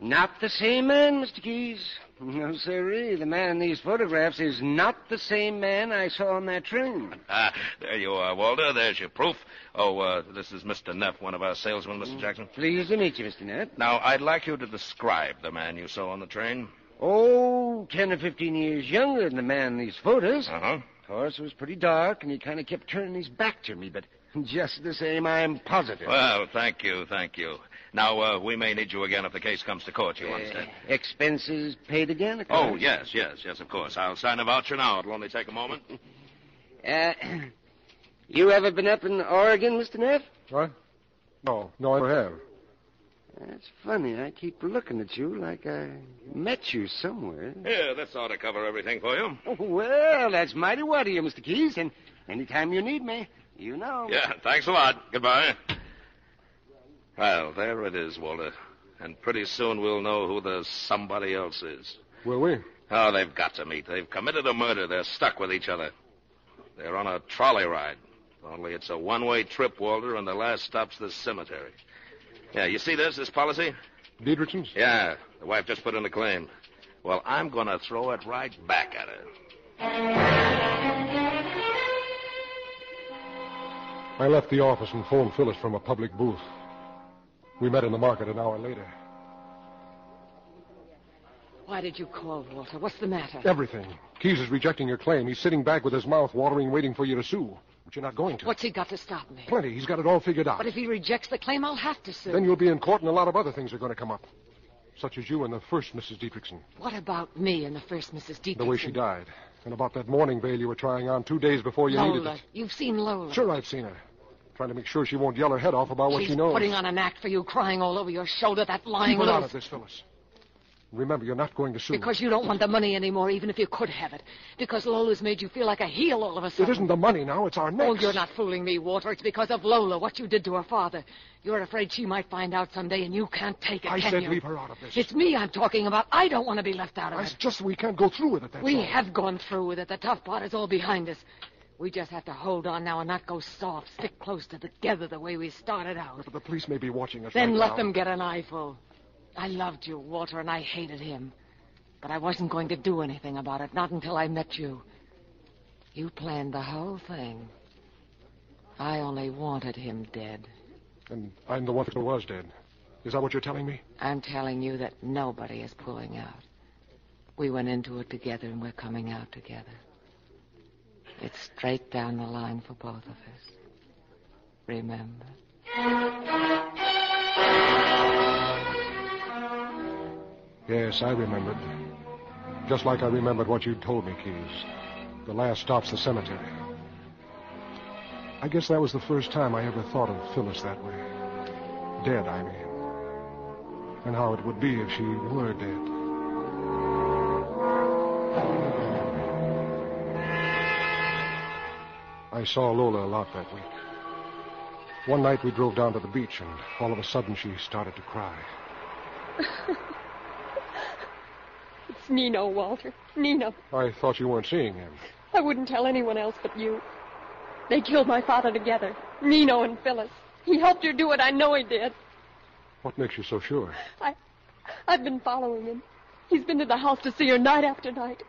[SPEAKER 10] Not the same man, Mr. Keys. No, sirree. The man in these photographs is not the same man I saw on that train.
[SPEAKER 11] Ah, there you are, Walter. There's your proof. Oh, uh, this is Mr. Neff, one of our salesmen, Mr. Jackson.
[SPEAKER 10] Mm. Pleased to meet you, Mr. Neff.
[SPEAKER 11] Now, I'd like you to describe the man you saw on the train.
[SPEAKER 10] Oh, ten or fifteen years younger than the man in these photos.
[SPEAKER 11] Uh-huh.
[SPEAKER 10] Of course, it was pretty dark, and he kind of kept turning his back to me, but just the same, I'm positive.
[SPEAKER 11] Well, thank you, thank you. Now, uh, we may need you again if the case comes to court, you
[SPEAKER 10] Eh,
[SPEAKER 11] understand?
[SPEAKER 10] Expenses paid again, of
[SPEAKER 11] Oh,
[SPEAKER 10] course.
[SPEAKER 11] yes, yes, yes, of course. I'll sign a voucher now. It'll only take a moment.
[SPEAKER 10] Uh, you ever been up in Oregon, Mr. Neff?
[SPEAKER 4] What? No, no, I never have.
[SPEAKER 10] That's funny. I keep looking at you like I met you somewhere.
[SPEAKER 11] Here, this ought to cover everything for you.
[SPEAKER 10] Oh, well, that's mighty what of you, Mr. Keys. And anytime you need me, you know.
[SPEAKER 11] Yeah, thanks a lot. Goodbye. Well, there it is, Walter. And pretty soon we'll know who the somebody else is.
[SPEAKER 4] Will we?
[SPEAKER 11] Oh, they've got to meet. They've committed a murder. They're stuck with each other. They're on a trolley ride. Only it's a one way trip, Walter, and the last stop's the cemetery. Yeah, you see this, this policy?
[SPEAKER 4] Diedrichson's?
[SPEAKER 11] Yeah, the wife just put in a claim. Well, I'm going to throw it right back at her.
[SPEAKER 4] I left the office and phoned Phyllis from a public booth. We met in the market an hour later.
[SPEAKER 6] Why did you call, Walter? What's the matter?
[SPEAKER 4] Everything. Keys is rejecting your claim. He's sitting back with his mouth watering, waiting for you to sue. But you're not going to.
[SPEAKER 6] What's he got to stop me?
[SPEAKER 4] Plenty. He's got it all figured out.
[SPEAKER 6] But if he rejects the claim, I'll have to sue.
[SPEAKER 4] Then you'll be in court and a lot of other things are going to come up. Such as you and the first Mrs. Dietrichson.
[SPEAKER 6] What about me and the first Mrs. Dietrich?
[SPEAKER 4] The way she died. And about that mourning veil you were trying on two days before you needed
[SPEAKER 6] Lola.
[SPEAKER 4] it.
[SPEAKER 6] You've seen Lola.
[SPEAKER 4] Sure, I've seen her. Trying to make sure she won't yell her head off about what
[SPEAKER 6] She's
[SPEAKER 4] she knows.
[SPEAKER 6] putting on an act for you, crying all over your shoulder, that lying
[SPEAKER 4] Keep it out
[SPEAKER 6] loose.
[SPEAKER 4] of this, Phyllis. Remember, you're not going to sue.
[SPEAKER 6] Because you don't want the money anymore, even if you could have it. Because Lola's made you feel like a heel all of a sudden.
[SPEAKER 4] It isn't the money now, it's our necks.
[SPEAKER 6] Oh, you're not fooling me, Walter. It's because of Lola, what you did to her father. You're afraid she might find out someday, and you can't take it,
[SPEAKER 4] I
[SPEAKER 6] can
[SPEAKER 4] said
[SPEAKER 6] you?
[SPEAKER 4] leave her out of this.
[SPEAKER 6] It's me I'm talking about. I don't want to be left out of
[SPEAKER 4] I
[SPEAKER 6] it.
[SPEAKER 4] just we can't go through with it. That's
[SPEAKER 6] we
[SPEAKER 4] all.
[SPEAKER 6] have gone through with it. The tough part is all behind us. We just have to hold on now and not go soft. Stick close to together the way we started out.
[SPEAKER 4] But the police may be watching us.
[SPEAKER 6] Then
[SPEAKER 4] right
[SPEAKER 6] let
[SPEAKER 4] now.
[SPEAKER 6] them get an eyeful. I loved you, Walter, and I hated him. But I wasn't going to do anything about it, not until I met you. You planned the whole thing. I only wanted him dead.
[SPEAKER 4] And I'm the one who was dead. Is that what you're telling me?
[SPEAKER 6] I'm telling you that nobody is pulling out. We went into it together, and we're coming out together. It's straight down the line for both of us. Remember?
[SPEAKER 4] Yes, I remembered. Just like I remembered what you told me, Keys. The last stop's the cemetery. I guess that was the first time I ever thought of Phyllis that way. Dead, I mean. And how it would be if she were dead. I saw Lola a lot that week. One night we drove down to the beach, and all of a sudden she started to cry.
[SPEAKER 12] It's Nino, Walter. Nino.
[SPEAKER 4] I thought you weren't seeing him.
[SPEAKER 12] I wouldn't tell anyone else but you. They killed my father together. Nino and Phyllis. He helped you do it. I know he did.
[SPEAKER 4] What makes you so sure?
[SPEAKER 12] I, I've been following him. He's been to the house to see her night after night.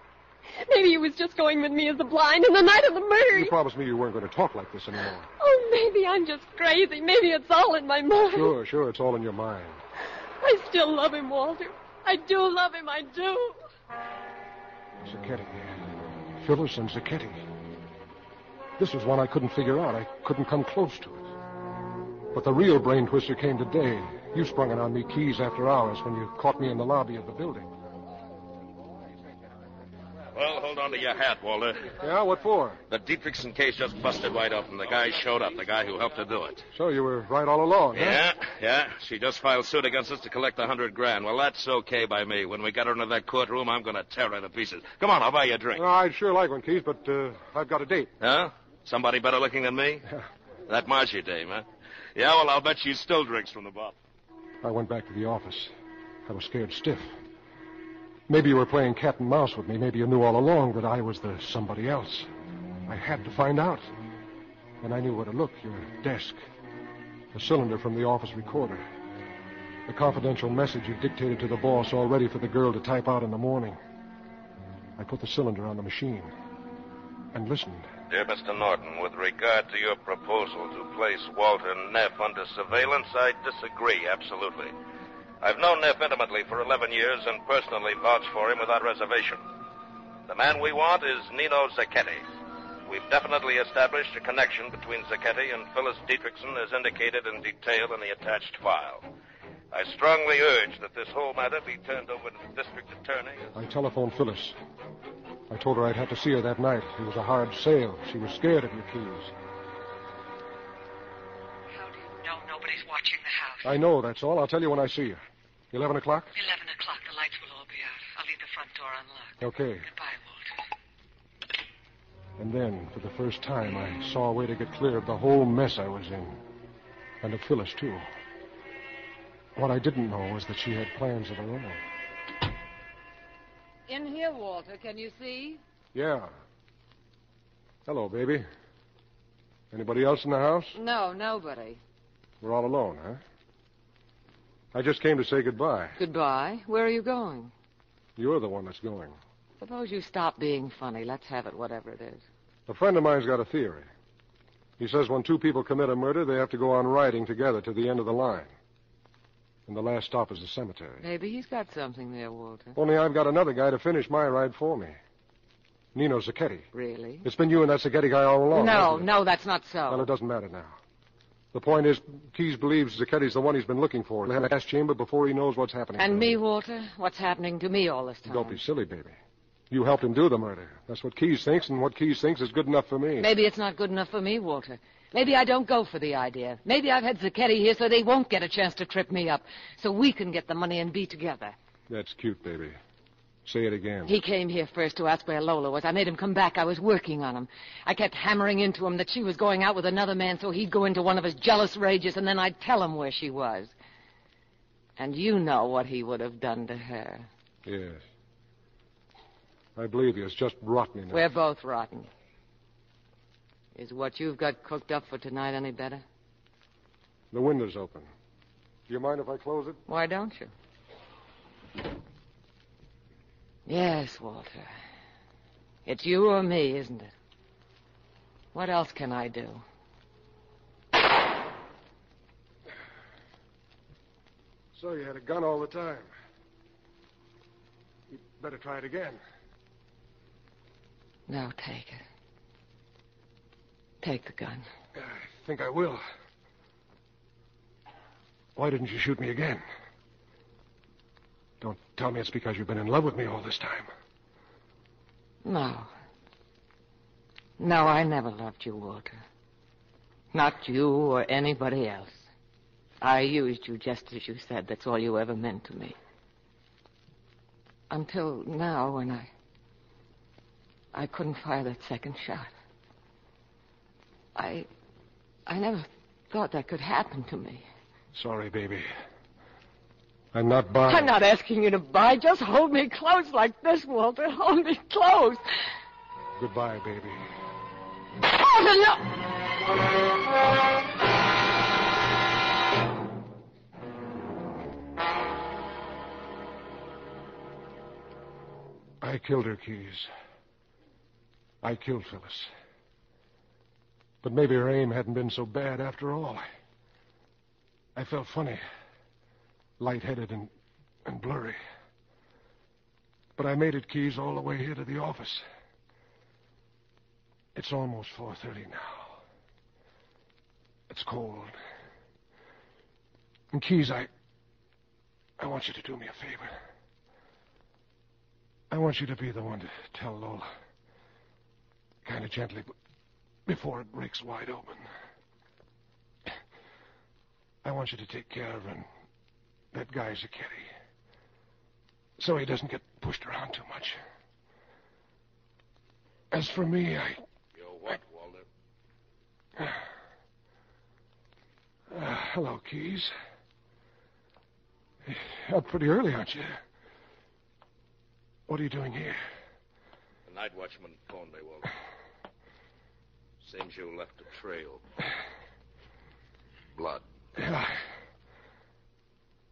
[SPEAKER 12] Maybe he was just going with me as the blind. And the night of the murder,
[SPEAKER 4] You
[SPEAKER 12] he-
[SPEAKER 4] promised me you weren't going to talk like this anymore.
[SPEAKER 12] oh, maybe I'm just crazy. Maybe it's all in my mind.
[SPEAKER 4] Sure, sure, it's all in your mind.
[SPEAKER 12] I still love him, Walter. I do love him. I do.
[SPEAKER 4] Zucchetti. Phyllis and Zucchetti. This was one I couldn't figure out. I couldn't come close to it. But the real brain twister came today. You sprung it on me keys after hours when you caught me in the lobby of the building.
[SPEAKER 11] Well, hold on to your hat, Walter.
[SPEAKER 4] Yeah, what for?
[SPEAKER 11] The Dietrichson case just busted right open. The guy showed up, the guy who helped her do it.
[SPEAKER 4] So you were right all along, huh?
[SPEAKER 11] Yeah, yeah. She just filed suit against us to collect a hundred grand. Well, that's okay by me. When we get her into that courtroom, I'm going to tear her to pieces. Come on, I'll buy you a drink.
[SPEAKER 4] Well, I'd sure like one, Keys, but uh, I've got a date.
[SPEAKER 11] Huh? Somebody better looking than me? that Marcia dame, huh? Yeah, well, I'll bet she still drinks from the bottle.
[SPEAKER 4] I went back to the office. I was scared stiff. Maybe you were playing cat and mouse with me. Maybe you knew all along that I was the somebody else. I had to find out. And I knew where to look your desk, a cylinder from the office recorder. The confidential message he dictated to the boss all ready for the girl to type out in the morning. I put the cylinder on the machine and listened.
[SPEAKER 11] Dear Mr. Norton, with regard to your proposal to place Walter Neff under surveillance, I disagree absolutely. I've known Neff intimately for 11 years and personally vouched for him without reservation. The man we want is Nino Zacchetti. We've definitely established a connection between Zacchetti and Phyllis Dietrichson as indicated in detail in the attached file. I strongly urge that this whole matter be turned over to the district attorney.
[SPEAKER 4] I telephoned Phyllis. I told her I'd have to see her that night. It was a hard sale. She was scared of your keys.
[SPEAKER 9] No, nobody's watching the house.
[SPEAKER 4] I know, that's all. I'll tell you when I see you. 11 o'clock?
[SPEAKER 9] Eleven o'clock. The lights will all be out. I'll leave the front door unlocked.
[SPEAKER 4] Okay.
[SPEAKER 9] Goodbye, Walter.
[SPEAKER 4] And then, for the first time, I saw a way to get clear of the whole mess I was in. And of Phyllis, too. What I didn't know was that she had plans of her own.
[SPEAKER 5] In here, Walter. Can you see?
[SPEAKER 4] Yeah. Hello, baby. Anybody else in the house?
[SPEAKER 6] No, nobody.
[SPEAKER 4] We're all alone, huh? I just came to say goodbye.
[SPEAKER 6] Goodbye. Where are you going?
[SPEAKER 4] You're the one that's going.
[SPEAKER 6] Suppose you stop being funny. Let's have it, whatever it is.
[SPEAKER 4] A friend of mine's got a theory. He says when two people commit a murder, they have to go on riding together to the end of the line. And the last stop is the cemetery.
[SPEAKER 6] Maybe he's got something there, Walter.
[SPEAKER 4] Only I've got another guy to finish my ride for me. Nino Zacchetti.
[SPEAKER 6] Really?
[SPEAKER 4] It's been you and that Zacchetti guy all along.
[SPEAKER 6] no,
[SPEAKER 4] hasn't it?
[SPEAKER 6] no, that's not so.
[SPEAKER 4] Well, it doesn't matter now. The point is, Keyes believes Zacchetti's the one he's been looking for. in The last chamber before he knows what's happening.
[SPEAKER 6] And me, Walter? What's happening to me all this time?
[SPEAKER 4] Don't be silly, baby. You helped him do the murder. That's what Keyes thinks, and what Keyes thinks is good enough for me.
[SPEAKER 6] Maybe it's not good enough for me, Walter. Maybe I don't go for the idea. Maybe I've had Zacchetti here so they won't get a chance to trip me up, so we can get the money and be together.
[SPEAKER 4] That's cute, baby. Say it again.
[SPEAKER 6] He came here first to ask where Lola was. I made him come back. I was working on him. I kept hammering into him that she was going out with another man, so he'd go into one of his jealous rages, and then I'd tell him where she was. And you know what he would have done to her.
[SPEAKER 4] Yes. I believe you. It's just rotten enough.
[SPEAKER 6] We're both rotten. Is what you've got cooked up for tonight any better?
[SPEAKER 4] The window's open. Do you mind if I close it?
[SPEAKER 6] Why don't you? Yes, Walter. It's you or me, isn't it? What else can I do?
[SPEAKER 4] So you had a gun all the time. You better try it again.
[SPEAKER 6] No, take it. Take the gun.
[SPEAKER 4] I think I will. Why didn't you shoot me again? Don't tell me it's because you've been in love with me all this time.
[SPEAKER 6] No. No, I never loved you, Walter. Not you or anybody else. I used you just as you said. That's all you ever meant to me. Until now, when I. I couldn't fire that second shot. I. I never thought that could happen to me.
[SPEAKER 4] Sorry, baby. I'm not buying.
[SPEAKER 6] I'm not asking you to buy. Just hold me close like this, Walter. Hold me close.
[SPEAKER 4] Goodbye, baby.
[SPEAKER 6] Walter, no!
[SPEAKER 4] I killed her, Keys. I killed Phyllis. But maybe her aim hadn't been so bad after all. I felt funny, lightheaded and, and blurry. But I made it, Keys, all the way here to the office. It's almost 4.30 now. It's cold. And, Keys, I... I want you to do me a favor. I want you to be the one to tell Lola. Kind of gently, but before it breaks wide open. I want you to take care of her and that guy's a kitty. So he doesn't get pushed around too much. As for me, I.
[SPEAKER 11] You're what, Walter?
[SPEAKER 4] Uh, hello, Keys. Up pretty early, aren't you? What are you doing here?
[SPEAKER 11] The night watchman phoned me, Walter. Seems you left a trail. Blood.
[SPEAKER 4] Yeah,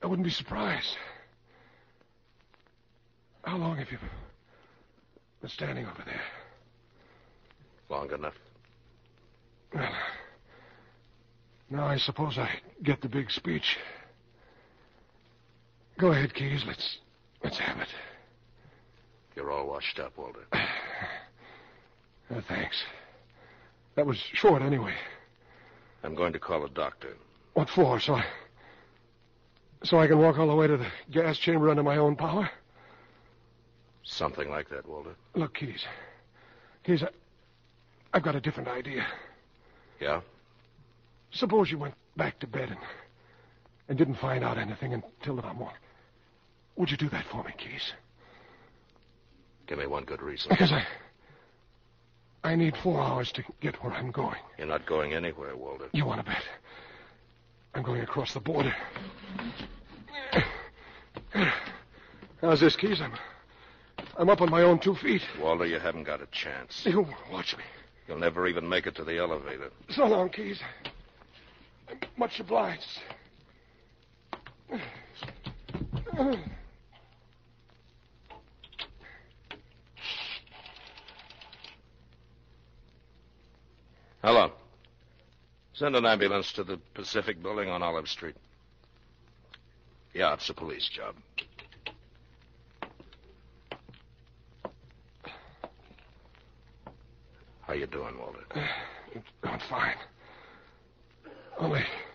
[SPEAKER 4] I wouldn't be surprised. How long have you been standing over there?
[SPEAKER 11] Long enough.
[SPEAKER 4] Well, now I suppose I get the big speech. Go ahead, Keys. Let's let's have it.
[SPEAKER 11] You're all washed up, Walter.
[SPEAKER 4] Uh, thanks. That was short, anyway.
[SPEAKER 11] I'm going to call a doctor.
[SPEAKER 4] What for? So I so I can walk all the way to the gas chamber under my own power?
[SPEAKER 11] Something like that, Walter.
[SPEAKER 4] Look, Keys. Keys, I, I've got a different idea.
[SPEAKER 11] Yeah?
[SPEAKER 4] Suppose you went back to bed and and didn't find out anything until the morning. Would you do that for me, Keys?
[SPEAKER 11] Give me one good reason.
[SPEAKER 4] Because I I need four hours to get where I'm going.
[SPEAKER 11] You're not going anywhere, Walter.
[SPEAKER 4] You want to bet? I'm going across the border. How's this, Keys? I'm I'm up on my own two feet.
[SPEAKER 11] Walter, you haven't got a chance.
[SPEAKER 4] You watch me.
[SPEAKER 11] You'll never even make it to the elevator.
[SPEAKER 4] So long, Keys. I'm much obliged.
[SPEAKER 11] Hello. Send an ambulance to the Pacific Building on Olive Street. Yeah, it's a police job. How you doing, Walter?
[SPEAKER 4] I'm fine. Only Oh,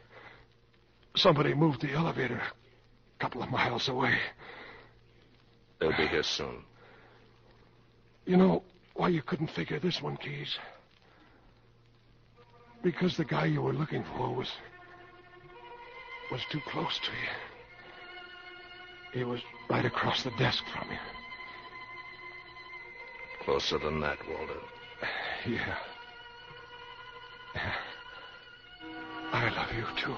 [SPEAKER 4] somebody moved the elevator a couple of miles away.
[SPEAKER 11] They'll be here soon.
[SPEAKER 4] You know why you couldn't figure this one, Keys? Because the guy you were looking for was was too close to you. He was right across the desk from you.
[SPEAKER 11] Closer than that, Walter.
[SPEAKER 4] Yeah. I love you too.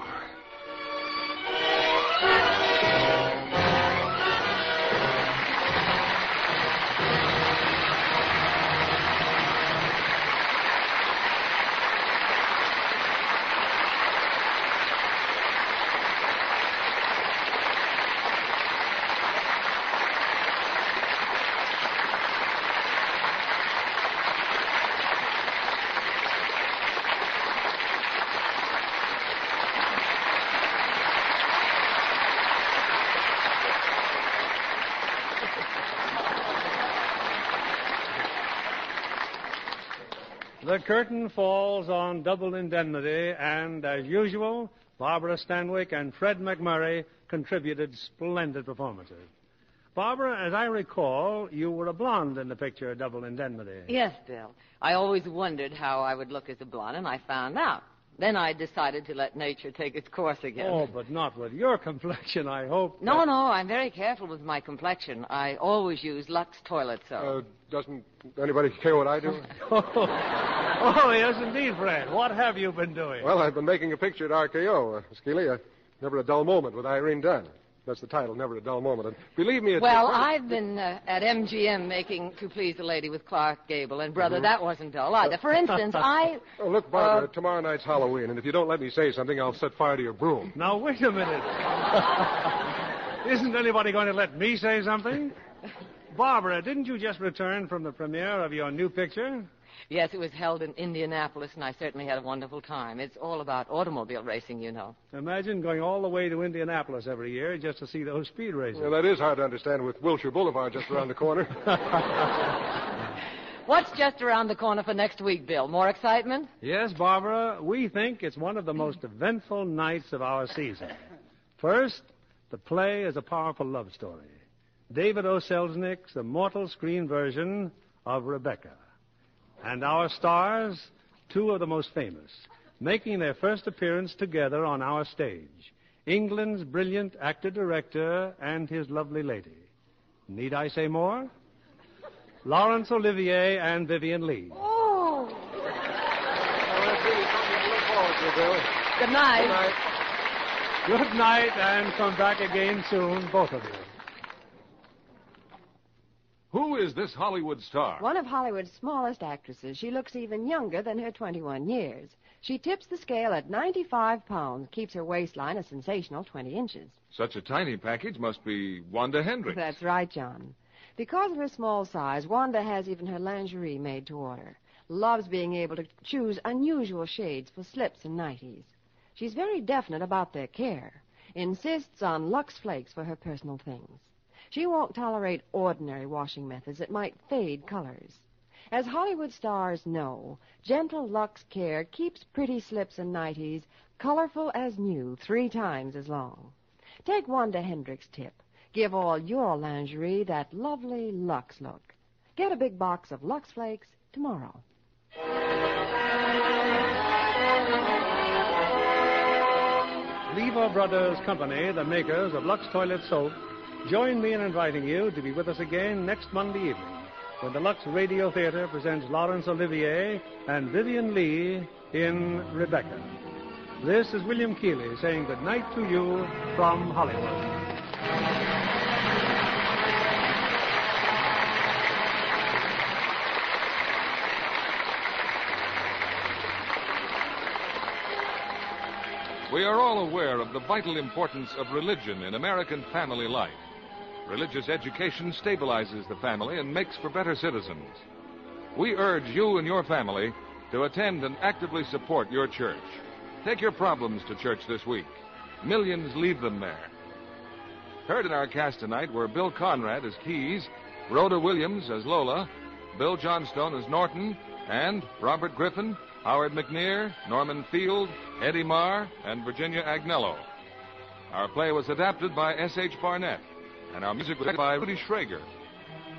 [SPEAKER 2] The curtain falls on Double Indemnity, and as usual, Barbara Stanwyck and Fred McMurray contributed splendid performances. Barbara, as I recall, you were a blonde in the picture Double Indemnity.
[SPEAKER 6] Yes, Bill. I always wondered how I would look as a blonde, and I found out. Then I decided to let nature take its course again.
[SPEAKER 2] Oh, but not with your complexion, I hope.
[SPEAKER 6] No, no, I'm very careful with my complexion. I always use Lux toilet soap.
[SPEAKER 4] Uh, doesn't anybody care what I do?
[SPEAKER 2] Oh, yes, indeed, Fred. What have you been doing?
[SPEAKER 4] Well, I've been making a picture at RKO, uh, Skeely. Uh, Never a dull moment with Irene Dunn. That's the title, Never a Dull Moment. And believe me, it's
[SPEAKER 6] well, I've been uh, at MGM making To Please the Lady with Clark Gable, and brother,
[SPEAKER 2] Mm-hmm.
[SPEAKER 4] Mhm.
[SPEAKER 6] that wasn't dull either. For instance, I.
[SPEAKER 4] Oh, look, Barbara, tomorrow night's Halloween, and if you don't let me say something, I'll set fire to your broom.
[SPEAKER 2] Now, Oh, wait a minute. Isn't anybody going to let me say something? Barbara, didn't you just return from the premiere of your new picture?
[SPEAKER 6] Yes, it was held in Indianapolis, and I certainly had a wonderful time. It's all about automobile racing, you know.
[SPEAKER 2] Imagine going all the way to Indianapolis every year just to see those speed races.
[SPEAKER 4] Well, that is hard to understand with Wilshire Boulevard just around the corner.
[SPEAKER 6] What's just around the corner for next week, Bill? More excitement?
[SPEAKER 2] Yes, Barbara, we think it's one of the most eventful nights of our season. First, the play is a powerful love story. David O. Selznick's immortal screen version of Rebecca. And our stars, two of the most famous, making their first appearance together on our stage. England's brilliant actor-director and his lovely lady. Need I say more? Laurence Olivier and Vivian Lee.
[SPEAKER 6] Oh. Good
[SPEAKER 9] night.
[SPEAKER 6] Good night.
[SPEAKER 2] Good night and come back again soon, both of you.
[SPEAKER 1] Who is this Hollywood star?
[SPEAKER 13] One of Hollywood's smallest actresses. She looks even younger than her 21 years. She tips the scale at 95 pounds, keeps her waistline a sensational 20 inches.
[SPEAKER 1] Such a tiny package must be Wanda Hendricks.
[SPEAKER 13] That's right, John. Because of her small size, Wanda has even her lingerie made to order. Loves being able to choose unusual shades for slips and nighties. She's very definite about their care. Insists on Lux Flakes for her personal things. She won't tolerate ordinary washing methods that might fade colors. As Hollywood stars know, gentle Lux Care keeps pretty slips and nighties colorful as new three times as long. Take Wanda Hendricks' tip. Give all your lingerie that lovely Lux look. Get a big box of Lux Flakes tomorrow.
[SPEAKER 2] Lever Brothers Company, the makers of Lux Toilet Soap, join me in inviting you to be with us again next Monday evening when the Lux Radio Theater presents Laurence Olivier and Vivian Lee in Rebecca. This is William Keeley saying good night to you from Hollywood.
[SPEAKER 1] We are all aware of the vital importance of religion in American family life. Religious education stabilizes the family and makes for better citizens. We urge you and your family to attend and actively support your church. Take your problems to church this week. Millions leave them there. Heard in our cast tonight were Bill Conrad as Keys, Rhoda Williams as Lola, Bill Johnstone as Norton, and Robert Griffin, Howard McNear, Norman Field, Eddie Marr, and Virginia Agnello. Our play was adapted by S.H. Barnett, and our music was by Rudy Schrager.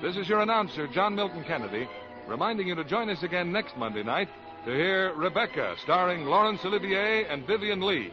[SPEAKER 1] This is your announcer, John Milton Kennedy, reminding you to join us again next Monday night to hear Rebecca, starring Laurence Olivier and Vivian Lee.